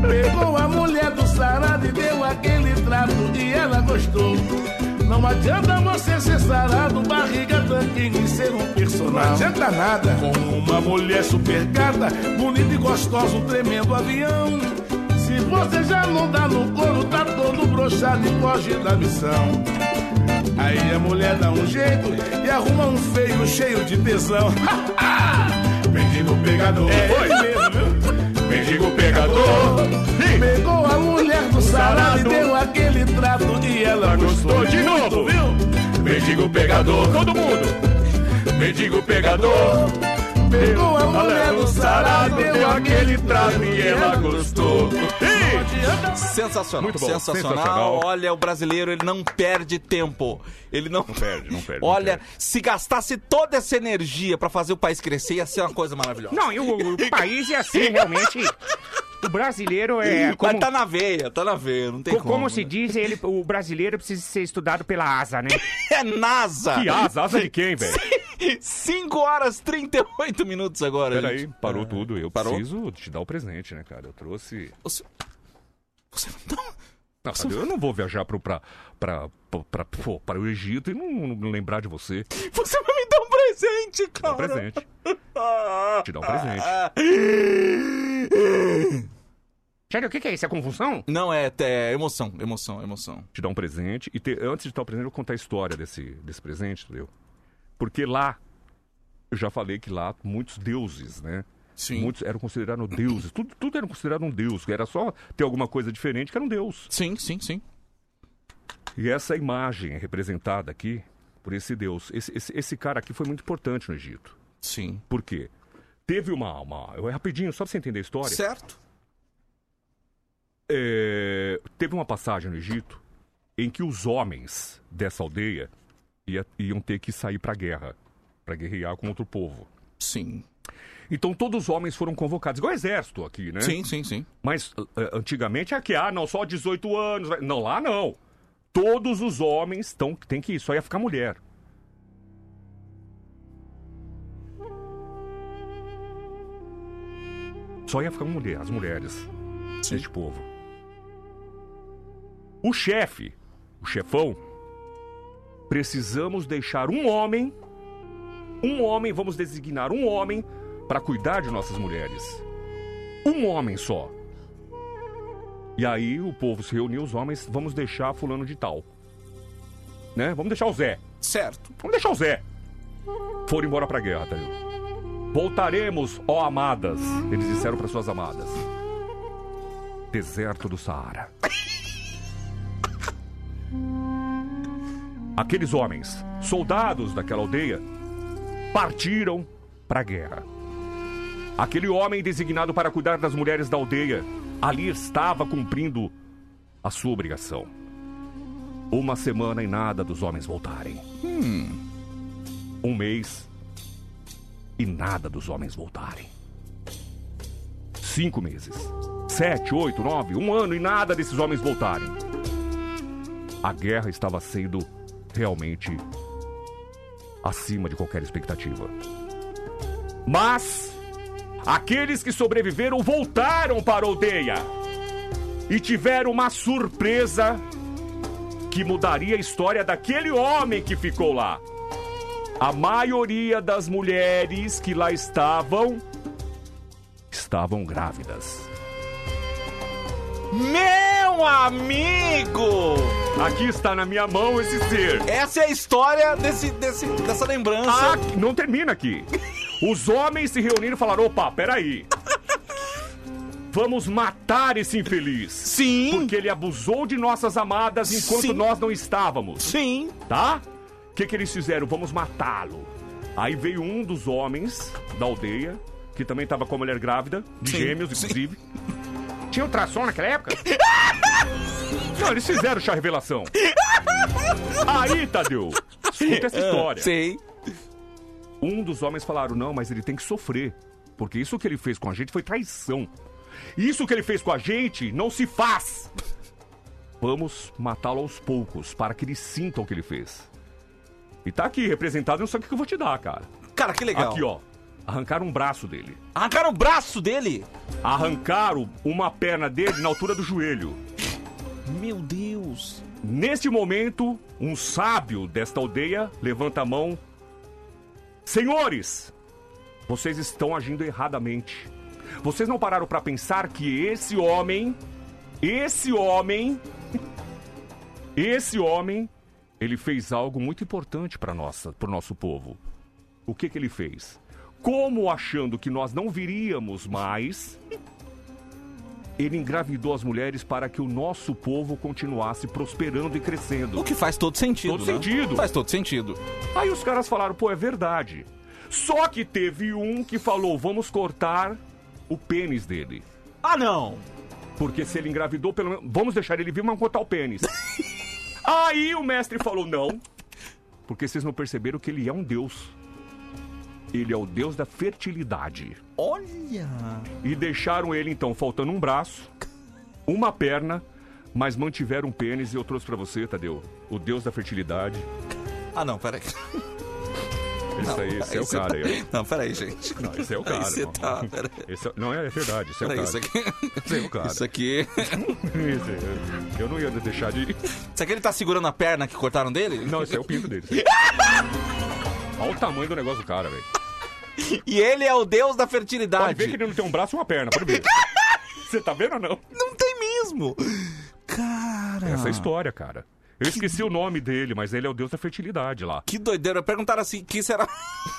Speaker 6: Pegou a mulher do sarado e deu aquele trato e ela gostou. Não adianta você ser sarado, barriga, tanquinho e ser um personagem. Não adianta nada. Com uma mulher super gata, bonita e gostosa, um tremendo avião. Se você já não dá no couro, tá todo broxado e foge da missão. Aí a mulher dá um jeito e arruma um feio cheio de tesão. *laughs* Mendigo pegador. É ele mesmo, viu? Mendigo pegador. Pegou a mulher do sarado e deu aquele trato e ela gostou de novo, viu? Mendigo pegador. Todo mundo. Mendigo pegador. Pegou a mulher do sarado e deu aquele trato e ela gostou.
Speaker 3: Sensacional,
Speaker 5: Muito bom,
Speaker 3: sensacional.
Speaker 5: sensacional.
Speaker 3: Olha, o brasileiro ele não perde tempo. Ele não, perde,
Speaker 5: não perde, não
Speaker 3: Olha, se gastasse toda essa energia pra fazer o país crescer, ia ser uma coisa maravilhosa.
Speaker 7: Não, e o, o país é assim, realmente. O brasileiro é.
Speaker 3: Mas
Speaker 7: Como,
Speaker 3: tá na veia, tá na veia, não tem
Speaker 7: co-
Speaker 3: como. né?
Speaker 7: como se diz, ele, o brasileiro precisa ser estudado pela asa, né?
Speaker 3: É NASA!
Speaker 7: Que asa? Asa de quem,
Speaker 3: *laughs*
Speaker 7: velho?
Speaker 3: 5 horas 38 minutos agora.
Speaker 5: Peraí,
Speaker 3: gente.
Speaker 5: parou tudo. Eu
Speaker 3: Parou?
Speaker 5: preciso te dar o presente, né, cara? Eu trouxe.
Speaker 3: Você,
Speaker 5: não tá. eu não vou viajar pro, pra, pra, pra, pra- pô, para o Egito e não, não lembrar de você.
Speaker 3: Você vai me dar um presente, cara.
Speaker 5: presente. Te dar
Speaker 3: *laughs*
Speaker 5: um presente.
Speaker 7: Sério, o que, que é isso? É convulsão?
Speaker 3: Não, é, é emoção, emoção, emoção.
Speaker 5: Te dar um presente. E te- antes de dar o presente, eu vou contar a história desse, desse presente, entendeu? Porque lá, eu já falei que lá, muitos deuses, né?
Speaker 3: Sim.
Speaker 5: Muitos eram considerados deuses. Tudo, tudo era considerado um deus. Era só ter alguma coisa diferente que era um deus.
Speaker 3: Sim, sim, sim.
Speaker 5: E essa imagem é representada aqui por esse deus. Esse, esse, esse cara aqui foi muito importante no Egito.
Speaker 3: Sim.
Speaker 5: Por quê? Teve uma. uma eu- rapidinho, só pra você entender a história.
Speaker 3: Certo.
Speaker 5: É, teve uma passagem no Egito em que os homens dessa aldeia ia- iam ter que sair pra guerra pra guerrear com outro povo.
Speaker 3: Sim.
Speaker 5: Então todos os homens foram convocados, igual exército aqui, né?
Speaker 3: Sim, sim, sim.
Speaker 5: Mas eh, eh, antigamente é que, ah, não, só 18 anos. vai- Não, lá não. Todos os homens tão, tem que ir, só ia ficar mulher. Só ia ficar mulher, as mulheres. Esse povo. O chefe, o chefão, precisamos deixar um homem, um homem, vamos designar um homem para cuidar de nossas mulheres. Um homem só. E aí o povo se reuniu, os homens, vamos deixar fulano de tal. Né? Vamos deixar o Zé.
Speaker 3: Certo.
Speaker 5: Vamos deixar o Zé. Foram embora pra guerra, tá ligado? Voltaremos, ó amadas. Eles disseram para suas amadas. Deserto do Saara. Aqueles homens, soldados daquela aldeia, partiram pra guerra. Aquele homem designado para cuidar das mulheres da aldeia ali estava cumprindo a sua obrigação. Uma semana e nada dos homens voltarem. Um mês e nada dos homens voltarem. Cinco meses. Sete, oito, nove, um ano e nada desses homens voltarem. A guerra estava sendo realmente acima de qualquer expectativa. Mas aqueles que sobreviveram voltaram para a aldeia e tiveram uma surpresa que mudaria a história daquele homem que ficou lá. A maioria das mulheres que lá estavam estavam grávidas.
Speaker 3: Meu amigo!
Speaker 5: Aqui está na minha mão esse ser.
Speaker 3: Essa é a história desse, desse, dessa lembrança.
Speaker 5: Ah, não termina aqui. Os homens se reuniram e falaram: opa, peraí. Vamos matar esse infeliz.
Speaker 3: Sim.
Speaker 5: Porque ele abusou de nossas amadas enquanto
Speaker 3: Sim.
Speaker 5: nós não estávamos.
Speaker 3: Sim.
Speaker 5: Tá? O que, que eles fizeram? Vamos matá-lo. Aí veio um dos homens da aldeia, que também estava com a mulher grávida, de gêmeos, inclusive.
Speaker 7: Tinha ultrassom naquela época?
Speaker 5: Não, eles fizeram chá revelação. Aí, Tadeu, escuta essa
Speaker 3: Ah,
Speaker 5: história.
Speaker 3: sei.
Speaker 5: Um dos homens falaram, não, mas ele tem que sofrer. Porque isso que ele fez com a gente foi traição. Isso que ele fez com a gente não se faz. *laughs* Vamos matá-lo aos poucos, para que ele sinta o que ele fez. E tá aqui, representado no sangue que eu vou te dar, cara.
Speaker 3: Cara, que legal.
Speaker 5: Aqui, ó. Arrancaram um braço dele.
Speaker 3: Arrancaram o braço dele?
Speaker 5: Arrancaram uma perna dele na altura do joelho.
Speaker 3: Meu Deus.
Speaker 5: Neste momento, um sábio desta aldeia levanta a mão. Senhores, vocês estão agindo erradamente. Vocês não pararam pra pensar que esse homem, esse homem, *laughs* esse homem, ele fez algo muito importante para nossa, pro nosso povo. O que que ele fez? Como achando que nós não viríamos mais, ele engravidou as mulheres para que o nosso povo continuasse prosperando e crescendo.
Speaker 3: O que faz todo sentido.
Speaker 5: Todo
Speaker 3: né?
Speaker 5: sentido.
Speaker 3: Faz todo sentido.
Speaker 5: Aí os caras falaram, pô, é verdade. Só que teve um que falou, vamos cortar o pênis dele.
Speaker 3: Ah, não!
Speaker 5: Porque se ele engravidou, pelo menos. Vamos deixar ele vivo, mas vamos cortar o pênis. Aí o mestre falou, não. Porque vocês não perceberam que ele é um deus. Ele é o deus da fertilidade.
Speaker 3: Olha!
Speaker 5: E deixaram ele, então, faltando um braço, uma perna, mas mantiveram um pênis e eu trouxe pra você, Tadeu. O deus da fertilidade.
Speaker 3: Ah, não, peraí.
Speaker 5: Esse
Speaker 3: Não,
Speaker 5: aí, esse é o
Speaker 3: você
Speaker 5: cara
Speaker 3: tá-
Speaker 5: aí, ó.
Speaker 3: Não, peraí, gente.
Speaker 5: Não, esse é o
Speaker 3: Aí
Speaker 5: cara.
Speaker 3: você
Speaker 5: mano.
Speaker 3: tá- peraí.
Speaker 5: Esse é- Não, é verdade, esse é o
Speaker 3: Peraí,
Speaker 5: cara.
Speaker 3: isso aqui-
Speaker 5: Esse é o cara.
Speaker 3: Isso aqui. *laughs*
Speaker 5: Esse- Eu não ia deixar de.
Speaker 3: Será que ele tá segurando a perna que cortaram dele?
Speaker 5: Não, esse é o pinto dele. esse aí. Olha o tamanho do negócio do cara, velho.
Speaker 3: E ele é o deus da fertilidade.
Speaker 5: Pode ver que ele não tem um braço e uma perna, pode ver. Você tá vendo ou não?
Speaker 3: Não tem mesmo. Cara.
Speaker 5: Essa é a história, cara. Eu esqueci o nome dele, mas ele é o deus da fertilidade lá.
Speaker 3: Que doideira. Perguntaram assim, que será...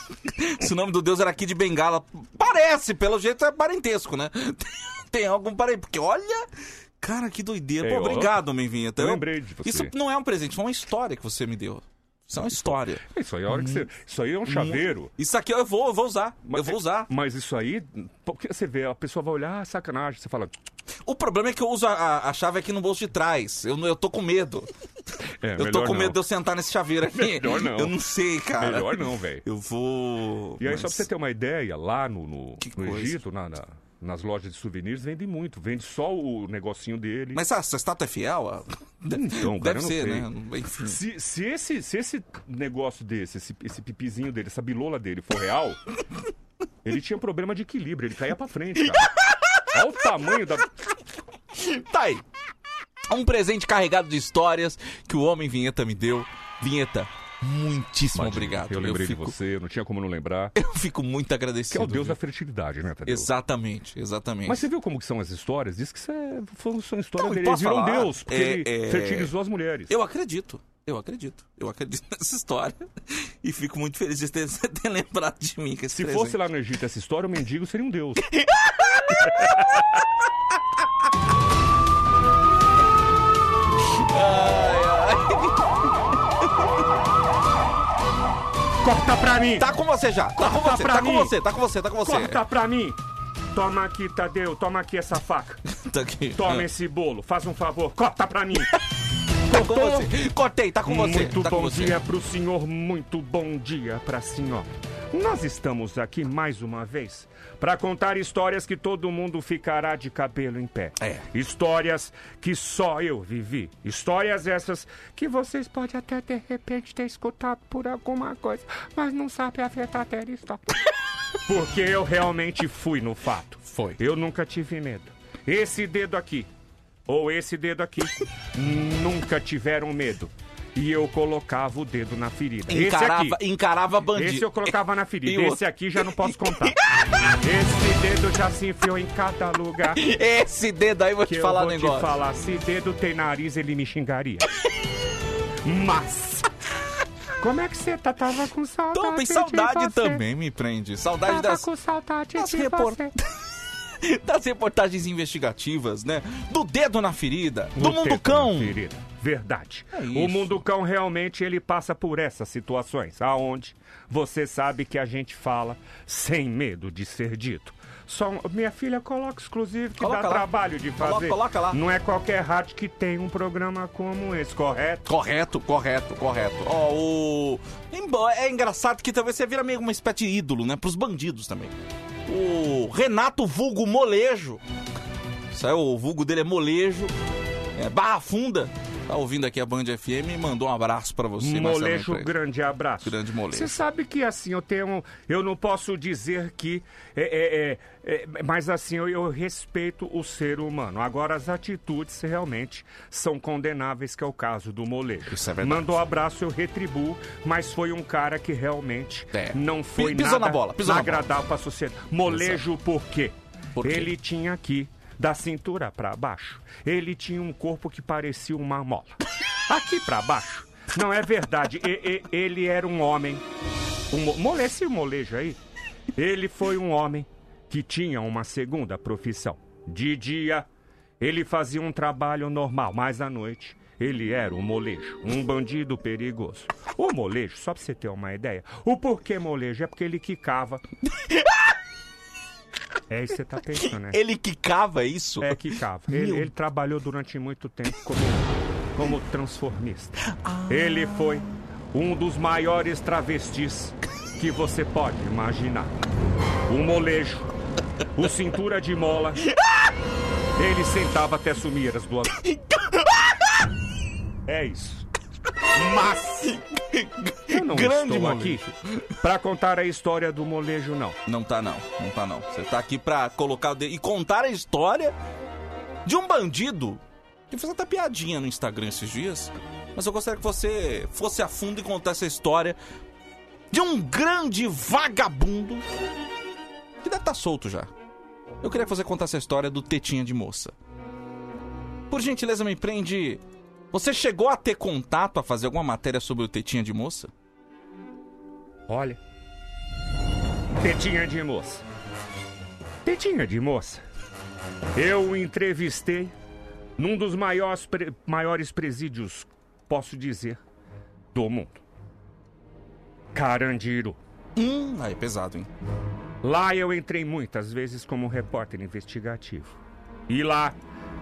Speaker 3: *laughs* Se o nome do deus era Kid de Bengala. Parece, pelo jeito é parentesco, né? *laughs* Tem algum parente, porque olha... Cara, que doideira.
Speaker 5: É,
Speaker 3: Pô,
Speaker 5: ó.
Speaker 3: obrigado, Menvinha.
Speaker 5: Eu lembrei de você.
Speaker 3: Isso não é um presente, foi uma história que você me deu. Isso é uma
Speaker 5: *laughs*
Speaker 3: história.
Speaker 5: Isso aí, a hora que você... Isso aí é um chaveiro.
Speaker 3: Isso aqui eu vou, eu vou usar. eu vou usar.
Speaker 5: Mas é- isso aí, porque você vê, a pessoa vai olhar, ah, sacanagem, você fala.
Speaker 3: O problema é que eu uso a, a- a chave aqui no bolso de trás. Eu, não- eu tô com medo.
Speaker 5: É,
Speaker 3: eu tô
Speaker 5: melhor
Speaker 3: com
Speaker 5: não.
Speaker 3: medo de eu sentar nesse chaveiro aqui.
Speaker 5: Melhor não.
Speaker 3: Eu não sei, cara.
Speaker 5: Melhor não, velho.
Speaker 3: Eu vou.
Speaker 5: E aí,
Speaker 3: mas-
Speaker 5: só pra você ter uma ideia, lá no, no, no
Speaker 3: coisa.
Speaker 5: Egito, na- na- nas lojas de souvenirs, vendem muito. Vende só o negocinho dele.
Speaker 3: Mas essa, essa estátua é fiel? Ah, Deve,
Speaker 5: *laughs* Então, cara,
Speaker 3: deve
Speaker 5: eu não
Speaker 3: ser,
Speaker 5: sei.
Speaker 3: né? Enfim.
Speaker 5: Se, se esse, se esse negócio desse, esse, esse pipizinho dele, essa bilola dele for real,
Speaker 3: *laughs*
Speaker 5: ele tinha problema de equilíbrio, ele caía pra frente, cara. Olha o tamanho da.
Speaker 3: Tá aí. Um presente carregado de histórias que o Homem Vinheta me deu. Vinheta, muitíssimo obrigado.
Speaker 5: Eu lembrei
Speaker 3: fico,
Speaker 5: de você, não tinha como não lembrar.
Speaker 3: eu fico muito agradecido.
Speaker 5: Que é o deus
Speaker 3: viu?
Speaker 5: da fertilidade, né, Tadeu?
Speaker 3: Exatamente, exatamente.
Speaker 5: Mas você viu como que são as *laughs* histórias? Diz que isso é, foi- são
Speaker 3: Não,
Speaker 5: histórias
Speaker 3: e
Speaker 5: dele. Ele
Speaker 3: posso
Speaker 5: virou um
Speaker 3: falar?
Speaker 5: deus, porque
Speaker 3: É,
Speaker 5: ele
Speaker 3: é.
Speaker 5: fertilizou as mulheres.
Speaker 3: Eu acredito. Eu acredito. Eu acredito *laughs* nessa história. E fico muito feliz de ter, *laughs* de ter lembrado de mim. Que esse
Speaker 5: Se
Speaker 3: presente.
Speaker 5: fosse lá no Egito essa história, o mendigo seria um deus. *laughs* Corta pra mim!
Speaker 3: Tá com você já. Tá com
Speaker 5: Corta
Speaker 3: você.
Speaker 5: pra
Speaker 3: Tá
Speaker 5: mim.
Speaker 3: com você. Tá com você. Tá com você.
Speaker 5: Corta pra mim! Toma aqui, Tadeu, toma aqui essa faca.
Speaker 3: Tá aqui.
Speaker 5: Toma
Speaker 3: Ah.
Speaker 5: esse bolo, faz um favor, corta pra mim!
Speaker 3: Tá com você. Cortei. Tá com você.
Speaker 5: Muito
Speaker 3: tá com
Speaker 5: bom
Speaker 3: você.
Speaker 5: dia pro senhor, muito bom dia pra senhora. Nós estamos aqui mais uma vez para contar histórias que todo mundo ficará de cabelo em pé.
Speaker 3: É.
Speaker 5: Histórias que só eu vivi. Histórias essas que vocês podem até de repente ter escutado por alguma coisa, mas não sabe a verdadeira história. Porque eu realmente fui no fato. Foi. Eu nunca tive medo. Esse dedo aqui, ou esse dedo aqui, *laughs* nunca tiveram medo. E eu colocava o dedo na ferida.
Speaker 3: Encarava,
Speaker 5: esse aqui.
Speaker 3: encarava bandido.
Speaker 5: Esse eu colocava na
Speaker 3: E
Speaker 5: ferida.
Speaker 3: o
Speaker 5: Esse aqui já
Speaker 3: *laughs*
Speaker 5: não posso contar. Esse dedo já se enfiou em cada lugar.
Speaker 3: Esse dedo aí, vou
Speaker 5: que
Speaker 3: te falar
Speaker 5: eu
Speaker 3: um
Speaker 5: vou
Speaker 3: negócio.
Speaker 5: te falar. Se dedo tem nariz, ele me xingaria. Mas... Como é que você tá? Tava com saudade
Speaker 3: Toma, e
Speaker 5: de
Speaker 3: saudade
Speaker 5: você.
Speaker 3: também me prende. Saudade
Speaker 5: Tava
Speaker 3: das,
Speaker 5: com saudade
Speaker 3: das
Speaker 5: de
Speaker 3: repor-
Speaker 5: você.
Speaker 3: *laughs* das reportagens investigativas, né? Do dedo na ferida, do
Speaker 5: O
Speaker 3: mundo
Speaker 5: tempo,
Speaker 3: cão.
Speaker 5: minha querida. Verdade.
Speaker 3: É
Speaker 5: o
Speaker 3: isso.
Speaker 5: mundo cão realmente ele passa por essas situações, aonde você sabe que a gente fala sem medo de ser dito. Só um- minha filha coloca exclusivo que
Speaker 3: Coloca
Speaker 5: dá
Speaker 3: lá.
Speaker 5: trabalho de
Speaker 3: Coloca-
Speaker 5: fazer.
Speaker 3: coloca lá.
Speaker 5: Não é qualquer rádio que tem um programa como esse, correto?
Speaker 3: Correto, correto, correto. Ó, o. Embo- É engraçado que talvez você vira meio uma espécie de ídolo, né? Pros bandidos também. O Renato Vulgo Molejo. Saiu, o vulgo dele é molejo. É, Barra Funda tá ouvindo aqui a Band FM e mandou um abraço pra você,
Speaker 7: Molejo
Speaker 3: Marcelo.
Speaker 7: grande abraço.
Speaker 3: Grande molejo.
Speaker 7: Você sabe que assim, eu tenho. Eu não posso dizer que. é, é, é, é, mas assim, eu, eu respeito o ser humano. Agora, as atitudes realmente são condenáveis, que é o caso do molejo. Isso é
Speaker 3: verdade.
Speaker 7: Mandou abraço, eu retribuo, mas foi um cara que realmente não foi
Speaker 3: É. Pisou
Speaker 7: nada
Speaker 3: na bola, pisou na bola.
Speaker 7: agradável pra sociedade. Molejo por quê? Ele tinha aqui. Da cintura pra baixo, ele tinha um corpo que parecia uma mola. Aqui pra baixo. Não é verdade. E- e- ele era um homem. Um, mo- mole- esse molejo aí. Ele foi um homem que tinha uma segunda profissão. De dia, ele fazia um trabalho normal, mas à noite. Ele era um molejo, um bandido perigoso. O molejo, só pra você ter uma ideia, o porquê molejo é porque ele quicava. É isso que você tá pensando, né?
Speaker 3: Ele quicava, é isso? *laughs*
Speaker 7: É, quicava. Ele,
Speaker 3: Meu
Speaker 7: ele trabalhou durante muito tempo como, como transformista. Ele foi um dos maiores travestis que você pode imaginar. O molejo, o cintura de mola. Ele sentava até sumir as duas. É isso. Mas eu não
Speaker 3: Grande
Speaker 7: estou
Speaker 3: molejo.
Speaker 7: aqui para contar a história do molejo, não.
Speaker 3: Não tá não, não tá não. Você tá aqui pra colocar o dedo e contar a história de um bandido que fez até piadinha no Instagram esses dias. Mas eu gostaria que você fosse a fundo e contasse a história de um grande vagabundo que deve estar solto já. Eu queria que você contasse a história do Tetinha de Moça. Por gentileza, me prende. Você chegou a ter contato, a fazer alguma matéria sobre o Tetinha de Moça?
Speaker 7: Olha. Tetinha de moça. Tetinha de moça. Eu o entrevistei num um dos maiores, pre- maiores presídios, posso dizer, do mundo. Carandiru.
Speaker 3: Hum, aí é pesado, hein?
Speaker 7: Lá eu entrei muitas vezes como repórter investigativo. E lá Ah,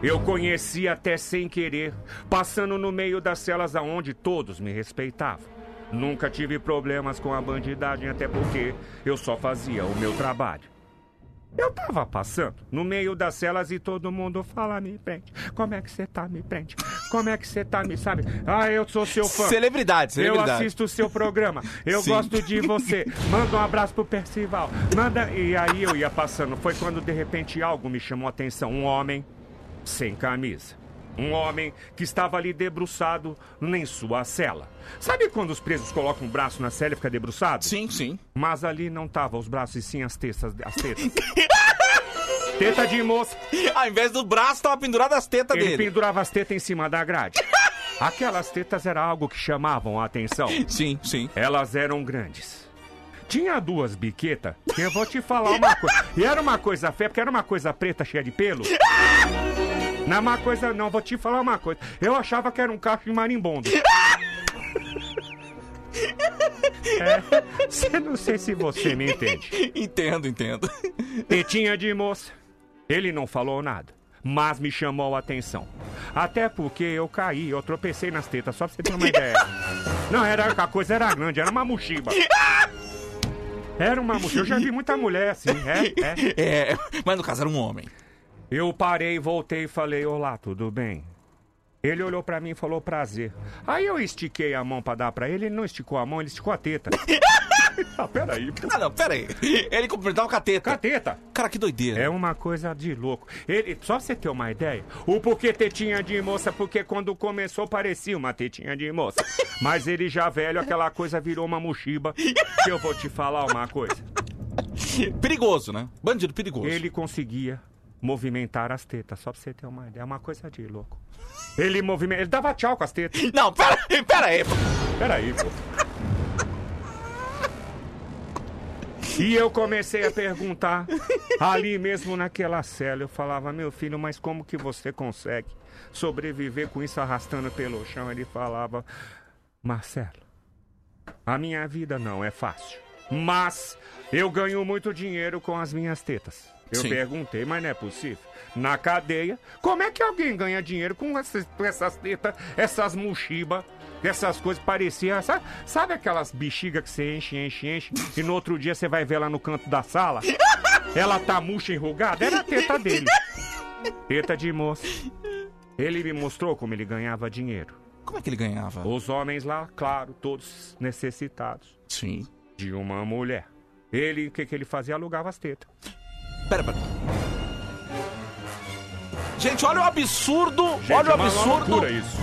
Speaker 7: eu conheci até sem querer, passando no meio das celas aonde todos me respeitavam. Nunca tive problemas com a bandidagem, até porque eu só fazia o meu trabalho. Eu tava passando no meio das celas e todo mundo fala, me prende. Como é que você tá, me prende? Como é que você tá, me sabe? Ah, eu sou seu fã.
Speaker 3: Celebridade,
Speaker 7: Eu
Speaker 3: celebridade.
Speaker 7: assisto o seu programa. Eu
Speaker 3: Sim. *laughs*
Speaker 7: gosto de você. Manda um abraço pro Percival. Manda. E aí eu ia passando. Foi quando de repente algo me chamou a atenção. Um homem sem camisa. Um homem que estava ali debruçado em sua cela. Sabe quando os presos colocam o braço na cela e fica debruçado?
Speaker 3: Sim, sim.
Speaker 7: Mas ali não tava os braços e sim as tetas. As tetas. Teta de moça.
Speaker 3: *laughs* Ao invés do braço, tava pendurada as tetas
Speaker 7: Ele
Speaker 3: dele.
Speaker 7: pendurava as tetas em cima da grade. Aquelas tetas era algo que chamavam a atenção.
Speaker 3: Sim, sim. *laughs*
Speaker 7: Elas eram grandes. Tinha duas biquetas, que eu vou te falar uma coisa. E era uma coisa feia, porque era uma coisa preta cheia de pelo. Não é uma coisa, não, vou te falar uma coisa. Eu achava que era um cacho de marimbondo. É, cê- não sei se você me entende.
Speaker 3: Entendo, entendo. *laughs*
Speaker 7: Tetinha de moça. Ele não falou nada, mas me chamou a atenção. Até porque eu caí, eu tropecei nas tetas, só pra você ter uma ideia. Não, era, a coisa era grande, era uma mochiba. Era uma mochiba. Eu já vi muita mulher assim, é, é.
Speaker 3: É, mas no caso era um homem.
Speaker 7: Eu parei, voltei e falei: Olá, tudo bem? Ele olhou pra mim e falou: Prazer. Aí eu estiquei a mão pra dar pra ele, ele não esticou a mão, ele esticou a teta. ah, peraí. pô.
Speaker 3: Ah, não, pera aí. Ele cumprimentava com a teta.
Speaker 7: Cateta.
Speaker 3: Cara, que doideira.
Speaker 7: É uma coisa de louco. Ele, só pra você ter uma ideia, o porquê tetinha de moça, porque quando começou parecia uma tetinha de moça. Mas ele já velho, aquela coisa virou uma mochiba. Que eu vou te falar uma coisa.
Speaker 3: Perigoso, né? Bandido perigoso.
Speaker 7: Ele conseguia movimentar as tetas, só pra você ter uma ideia. É uma coisa de louco. Ele movimenta. Ele dava tchau com as tetas.
Speaker 3: Não, pera, pera aí.
Speaker 7: Pera aí, pô. E eu comecei a perguntar, ali mesmo naquela cela, eu falava, meu filho, mas como que você consegue sobreviver com isso arrastando pelo chão? Ele falava, Marcelo, a minha vida não é fácil, mas eu ganho muito dinheiro com as minhas tetas. Eu
Speaker 3: Sim.
Speaker 7: perguntei, mas não é possível. Na cadeia, como é que alguém ganha dinheiro com essas, com essas tetas, essas mochiba, essas coisas pareciam. Sabe, sabe aquelas bexigas que você enche, enche, enche, e no outro dia você vai ver lá no canto da sala? Ela tá murcha enrugada? Era a teta dele. Teta de moça. Ele me mostrou como ele ganhava dinheiro.
Speaker 3: Como é que ele ganhava?
Speaker 7: Os homens lá, claro, todos necessitados.
Speaker 3: Sim.
Speaker 7: De uma mulher. Ele, o que, que ele fazia? Alugava as tetas.
Speaker 3: Pera, pera. Gente, olha o absurdo.
Speaker 7: Gente,
Speaker 3: olha o
Speaker 7: é uma
Speaker 3: absurdo.
Speaker 7: loucura isso.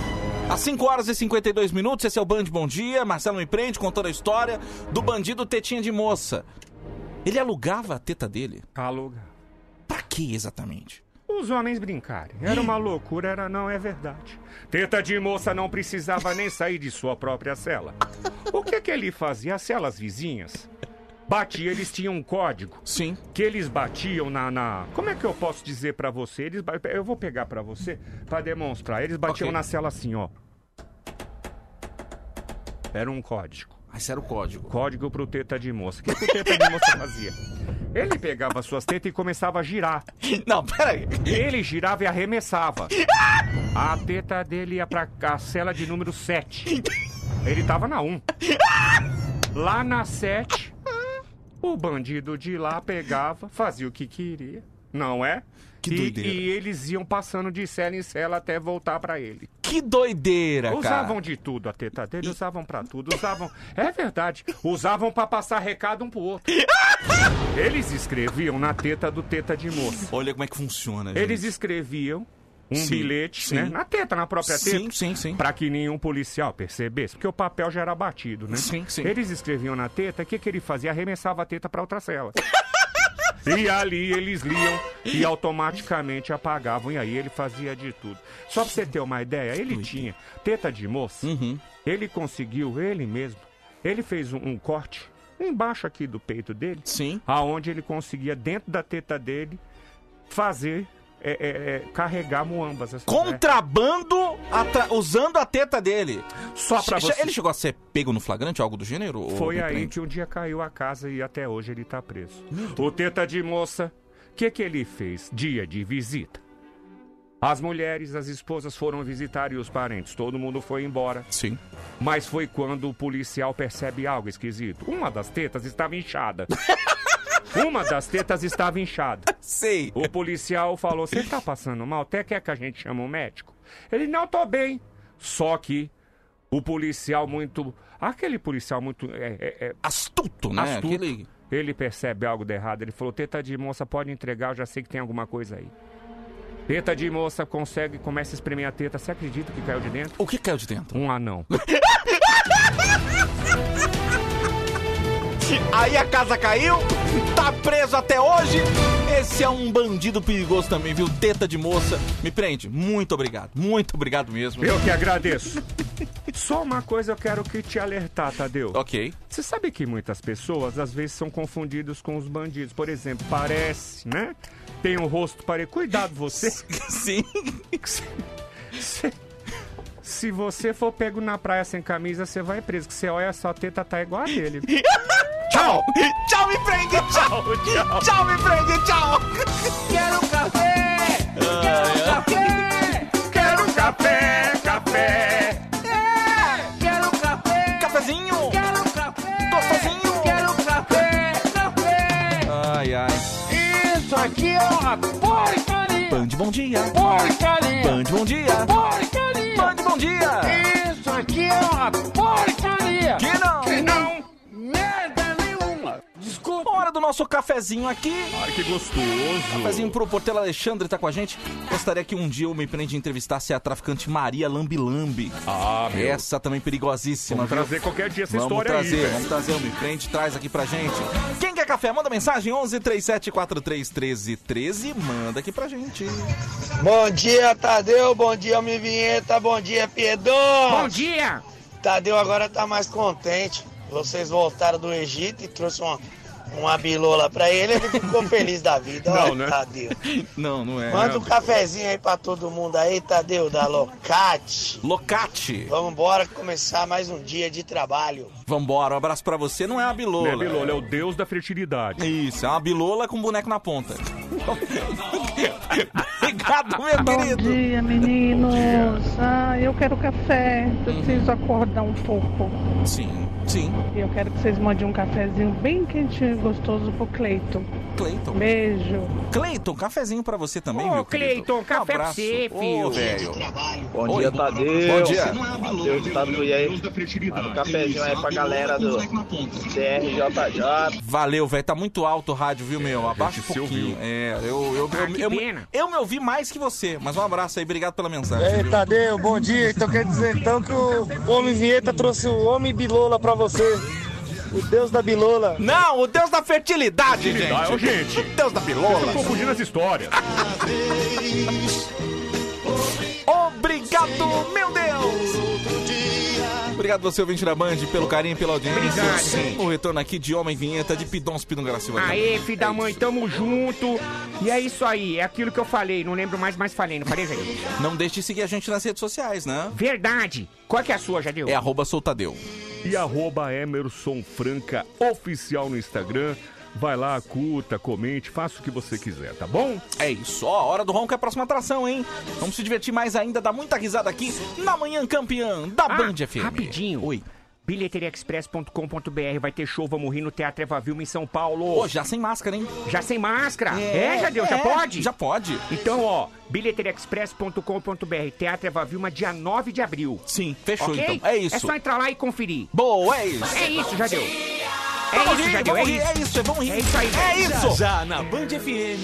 Speaker 3: Às 5 horas e 52 minutos, esse é o Band Bom Dia. Marcelo me prende contando a história do bandido Tetinha de Moça. Ele alugava a teta dele?
Speaker 7: Aluga.
Speaker 3: Pra que exatamente?
Speaker 7: Os homens brincarem. Era uma loucura, era não, é verdade. Teta de moça não precisava nem sair de sua própria cela. O que que ele fazia? As celas vizinhas batia, eles tinham um código.
Speaker 3: Sim.
Speaker 7: Que eles batiam na. na- Como é que eu posso dizer pra você? Eles ba- Eu vou pegar pra você pra demonstrar. Eles batiam
Speaker 3: Ok.
Speaker 7: na cela assim, ó. Era um código.
Speaker 3: Ah, esse era o
Speaker 7: *laughs*
Speaker 3: código.
Speaker 7: Código pro teta de moça. O que, que o teta de moça fazia? Ele pegava suas tetas e começava a girar.
Speaker 3: Não, peraí.
Speaker 7: Ele girava e arremessava. A teta dele ia pra a cela de número 7. Ele tava na 1. Lá na 7, o bandido de lá pegava, fazia o que queria. Não é?
Speaker 3: Que
Speaker 7: e,
Speaker 3: doideira.
Speaker 7: e eles iam passando de cela em cela até voltar pra ele.
Speaker 3: Que doideira, cara.
Speaker 7: Usavam de tudo a teta dele, usavam pra tudo, usavam. É verdade, usavam pra passar recado um pro outro. Eles escreviam na teta do teta de moça.
Speaker 3: Olha como é que funciona, gente.
Speaker 7: Eles escreviam um
Speaker 3: Sim,
Speaker 7: bilhete,
Speaker 3: sim.
Speaker 7: né? Na teta, na própria teta.
Speaker 3: Sim, sim, sim.
Speaker 7: Pra que nenhum policial percebesse, porque o papel já era batido, né?
Speaker 3: Sim, sim.
Speaker 7: Eles escreviam na teta, o que, que ele fazia? Arremessava a teta pra
Speaker 3: *laughs*
Speaker 7: outra cela. E ali eles liam e automaticamente apagavam. E aí ele fazia de tudo. Só pra você ter uma ideia, ele tinha teta de moça.
Speaker 3: Uhum.
Speaker 7: Ele conseguiu, ele mesmo. Ele fez um, um corte embaixo aqui do peito dele.
Speaker 3: Sim.
Speaker 7: Aonde ele conseguia, dentro da teta dele, fazer. é, é, é, carregar muambas. assim, né?
Speaker 3: Contrabando atra- usando a teta dele.
Speaker 7: né? Só pra
Speaker 3: Che-
Speaker 7: você.
Speaker 3: Ele chegou a ser pego no flagrante, algo do gênero? ou
Speaker 7: Foi
Speaker 3: me
Speaker 7: aí
Speaker 3: prende?
Speaker 7: que um dia caiu a casa e até hoje ele tá preso. O teta de moça, o que que ele fez? Dia de visita. As mulheres, as esposas foram visitar e os parentes, todo mundo foi embora.
Speaker 3: Sim.
Speaker 7: Mas foi quando o policial percebe algo esquisito. Uma das tetas estava inchada. Uma das tetas estava inchada.
Speaker 3: Sei.
Speaker 7: O policial falou: Você tá passando mal? Até quer que a gente chame um médico? Ele: Não, tô bem. Só que o policial, muito. Aquele policial muito. É, é, é,
Speaker 3: Astuto, né?
Speaker 7: Astuto.
Speaker 3: Aquele-
Speaker 7: Ele percebe algo de errado. Ele falou: Teta de moça, pode entregar, eu já sei que tem alguma coisa aí. Teta de moça consegue, começa a espremer a teta. Você acredita que caiu de dentro?
Speaker 3: O que caiu de dentro?
Speaker 7: Um anão.
Speaker 3: Aí a casa caiu, tá preso até hoje. Esse é um bandido perigoso também, viu? Teta de moça. Me prende. Muito obrigado. Muito obrigado mesmo.
Speaker 7: Eu que agradeço. Só uma coisa eu quero que te alertar, Tadeu.
Speaker 3: Ok.
Speaker 7: Você sabe que muitas pessoas às vezes são confundidas com os bandidos. Por exemplo, parece, né? Tem um rosto parecido.
Speaker 14: *laughs*
Speaker 7: Cuidado você.
Speaker 3: Sim.
Speaker 7: Se, se você for pego na praia sem camisa, você vai preso. Que você olha só, a teta tá igual a dele.
Speaker 3: tchau! Tchau, me prende! Tchau! Tchau, me prende! Tchau!
Speaker 4: Quero um café!
Speaker 3: Ah,
Speaker 4: Quero um
Speaker 3: é?
Speaker 4: café!
Speaker 7: Quero um café, café!
Speaker 4: É! Quero um café!
Speaker 3: Cafezinho!
Speaker 4: Quero um café! Gostosinho! Quero um café! Café!
Speaker 3: Ai, ai.
Speaker 4: Isso aqui é uma porcaria!
Speaker 3: Band, bom dia.
Speaker 4: Porcaria!
Speaker 3: Band, bom dia.
Speaker 4: Porcaria!
Speaker 3: Band, bom dia.
Speaker 4: Isso aqui é uma porcaria!
Speaker 3: Que não.
Speaker 4: Que não! Merda nenhuma! Desculpa!
Speaker 3: Hora do nosso cafezinho aqui.
Speaker 7: Ai, que gostoso.
Speaker 3: Cafezinho pro Portela Alexandre tá com a gente. Gostaria que um dia eu me prenda a entrevistasse a traficante Maria Lambi Lambi.
Speaker 7: Ah, meu.
Speaker 3: Essa também perigosíssima.
Speaker 7: Vamos
Speaker 3: viu?
Speaker 7: trazer qualquer dia essa
Speaker 3: vamos
Speaker 7: história aí,
Speaker 3: trazer,
Speaker 7: velho.
Speaker 3: Vamos trazer, o Me Prende traz aqui pra gente. Quem quer café? Manda mensagem 11 37 43 13 13. Manda aqui pra gente.
Speaker 14: Bom dia, Tadeu. Bom dia, Mi Vinheta. Bom dia, Piedon. Bom
Speaker 7: dia.
Speaker 14: Tadeu agora tá mais contente. Vocês voltaram do Egito e trouxe uma, uma bilola pra ele. Ele
Speaker 7: *laughs*
Speaker 14: ficou feliz da vida. Olha,
Speaker 3: Não, né?
Speaker 14: Tadeu.
Speaker 3: Não, não é.
Speaker 14: Manda um cafezinho aí pra todo mundo aí, Tadeu, da Locate.
Speaker 3: Locate.
Speaker 14: Vamos embora começar mais um dia de trabalho.
Speaker 3: Vambora, um abraço pra você. Não é a bilola.
Speaker 7: Não é bilola, é o deus da fertilidade.
Speaker 3: Isso, é uma bilola com boneco na ponta. *laughs* Obrigado, meu querido.
Speaker 15: Bom dia, meninos. Ah, eu quero café. Preciso acordar um pouco.
Speaker 3: Sim, sim.
Speaker 15: E eu quero que vocês mandem um cafezinho bem quentinho e gostoso pro Cleito.
Speaker 3: Cleiton.
Speaker 7: Beijo.
Speaker 3: Cleiton, cafezinho pra você também,
Speaker 7: Ô,
Speaker 3: meu querido. Um
Speaker 7: Cleiton, café pra
Speaker 3: abraço.
Speaker 7: você,
Speaker 3: Ô,
Speaker 7: filho.
Speaker 3: velho.
Speaker 16: Bom
Speaker 3: Oi.
Speaker 16: dia, Tadeu.
Speaker 3: Bom dia.
Speaker 16: Tadeu de Tatuí aí. Manda um cafezinho aí pra galera do CRJJ.
Speaker 3: Valeu, velho. Tá muito alto o rádio,
Speaker 7: É,
Speaker 3: viu, meu? Abaixa um pouquinho. É, eu,
Speaker 7: Ah,
Speaker 3: eu, eu, eu, eu, me ouvi mais que você, mas um abraço aí. Obrigado pela mensagem.
Speaker 5: Ei,
Speaker 3: viu?
Speaker 5: Tadeu, bom dia. Então quer dizer então que o Homem Vinheta trouxe o Homem Bilola pra você. O Deus da Bilola.
Speaker 3: Não, o Deus da fertilidade,
Speaker 5: Fertilidade,
Speaker 3: gente. O Deus da bilola.
Speaker 5: Vocês estão confundindo
Speaker 3: essa história. *laughs* Obrigado, meu Deus. Obrigado você, ouvinte da Band, pelo carinho, pela audiência.
Speaker 17: Obrigado,
Speaker 3: o retorno aqui de Homem Vinheta, de Pidons Pidongraciva.
Speaker 7: Aê, filho
Speaker 3: É
Speaker 7: da mãe, tamo junto. E é isso aí, é aquilo que eu falei, não lembro mais, mas falei, não falei, velho?
Speaker 3: Não deixe de seguir a gente nas redes sociais, né?
Speaker 7: Verdade. Qual que é a sua, Jadil?
Speaker 3: É arroba soltadeu.
Speaker 17: E arroba Emerson Franca Oficial no Instagram. Vai lá, curta, comente, faça o que você quiser, tá bom?
Speaker 3: É isso, ó, hora do ronco é a próxima atração, hein? Vamos se divertir mais ainda, dar muita risada aqui na manhã campeã da Band FM.
Speaker 7: Ah, Rapidinho.
Speaker 3: Oi.
Speaker 7: Bilheteriaexpress.com.br vai ter show, vamos rir no Teatro Evavil em São Paulo.
Speaker 3: Ô, já sem máscara, hein?
Speaker 7: Já sem máscara? É, Jadeu, já
Speaker 3: é,
Speaker 7: pode?
Speaker 3: Já pode.
Speaker 7: Então, ó, bilheteriaexpress.com.br, Teatro Evavilma, dia 9 de abril.
Speaker 3: Sim, fechou
Speaker 7: Ok?
Speaker 3: então. É isso.
Speaker 7: É só entrar lá e conferir.
Speaker 3: Boa, é isso. Tá
Speaker 7: É isso, Jadeu. É
Speaker 3: Vamos
Speaker 7: isso,
Speaker 3: rir,
Speaker 7: Jadeu,
Speaker 3: vamos
Speaker 7: é
Speaker 3: rir,
Speaker 7: isso.
Speaker 3: é isso, é bom rir.
Speaker 7: É isso aí,
Speaker 3: É
Speaker 7: velho.
Speaker 3: isso.
Speaker 18: Já na Band FM.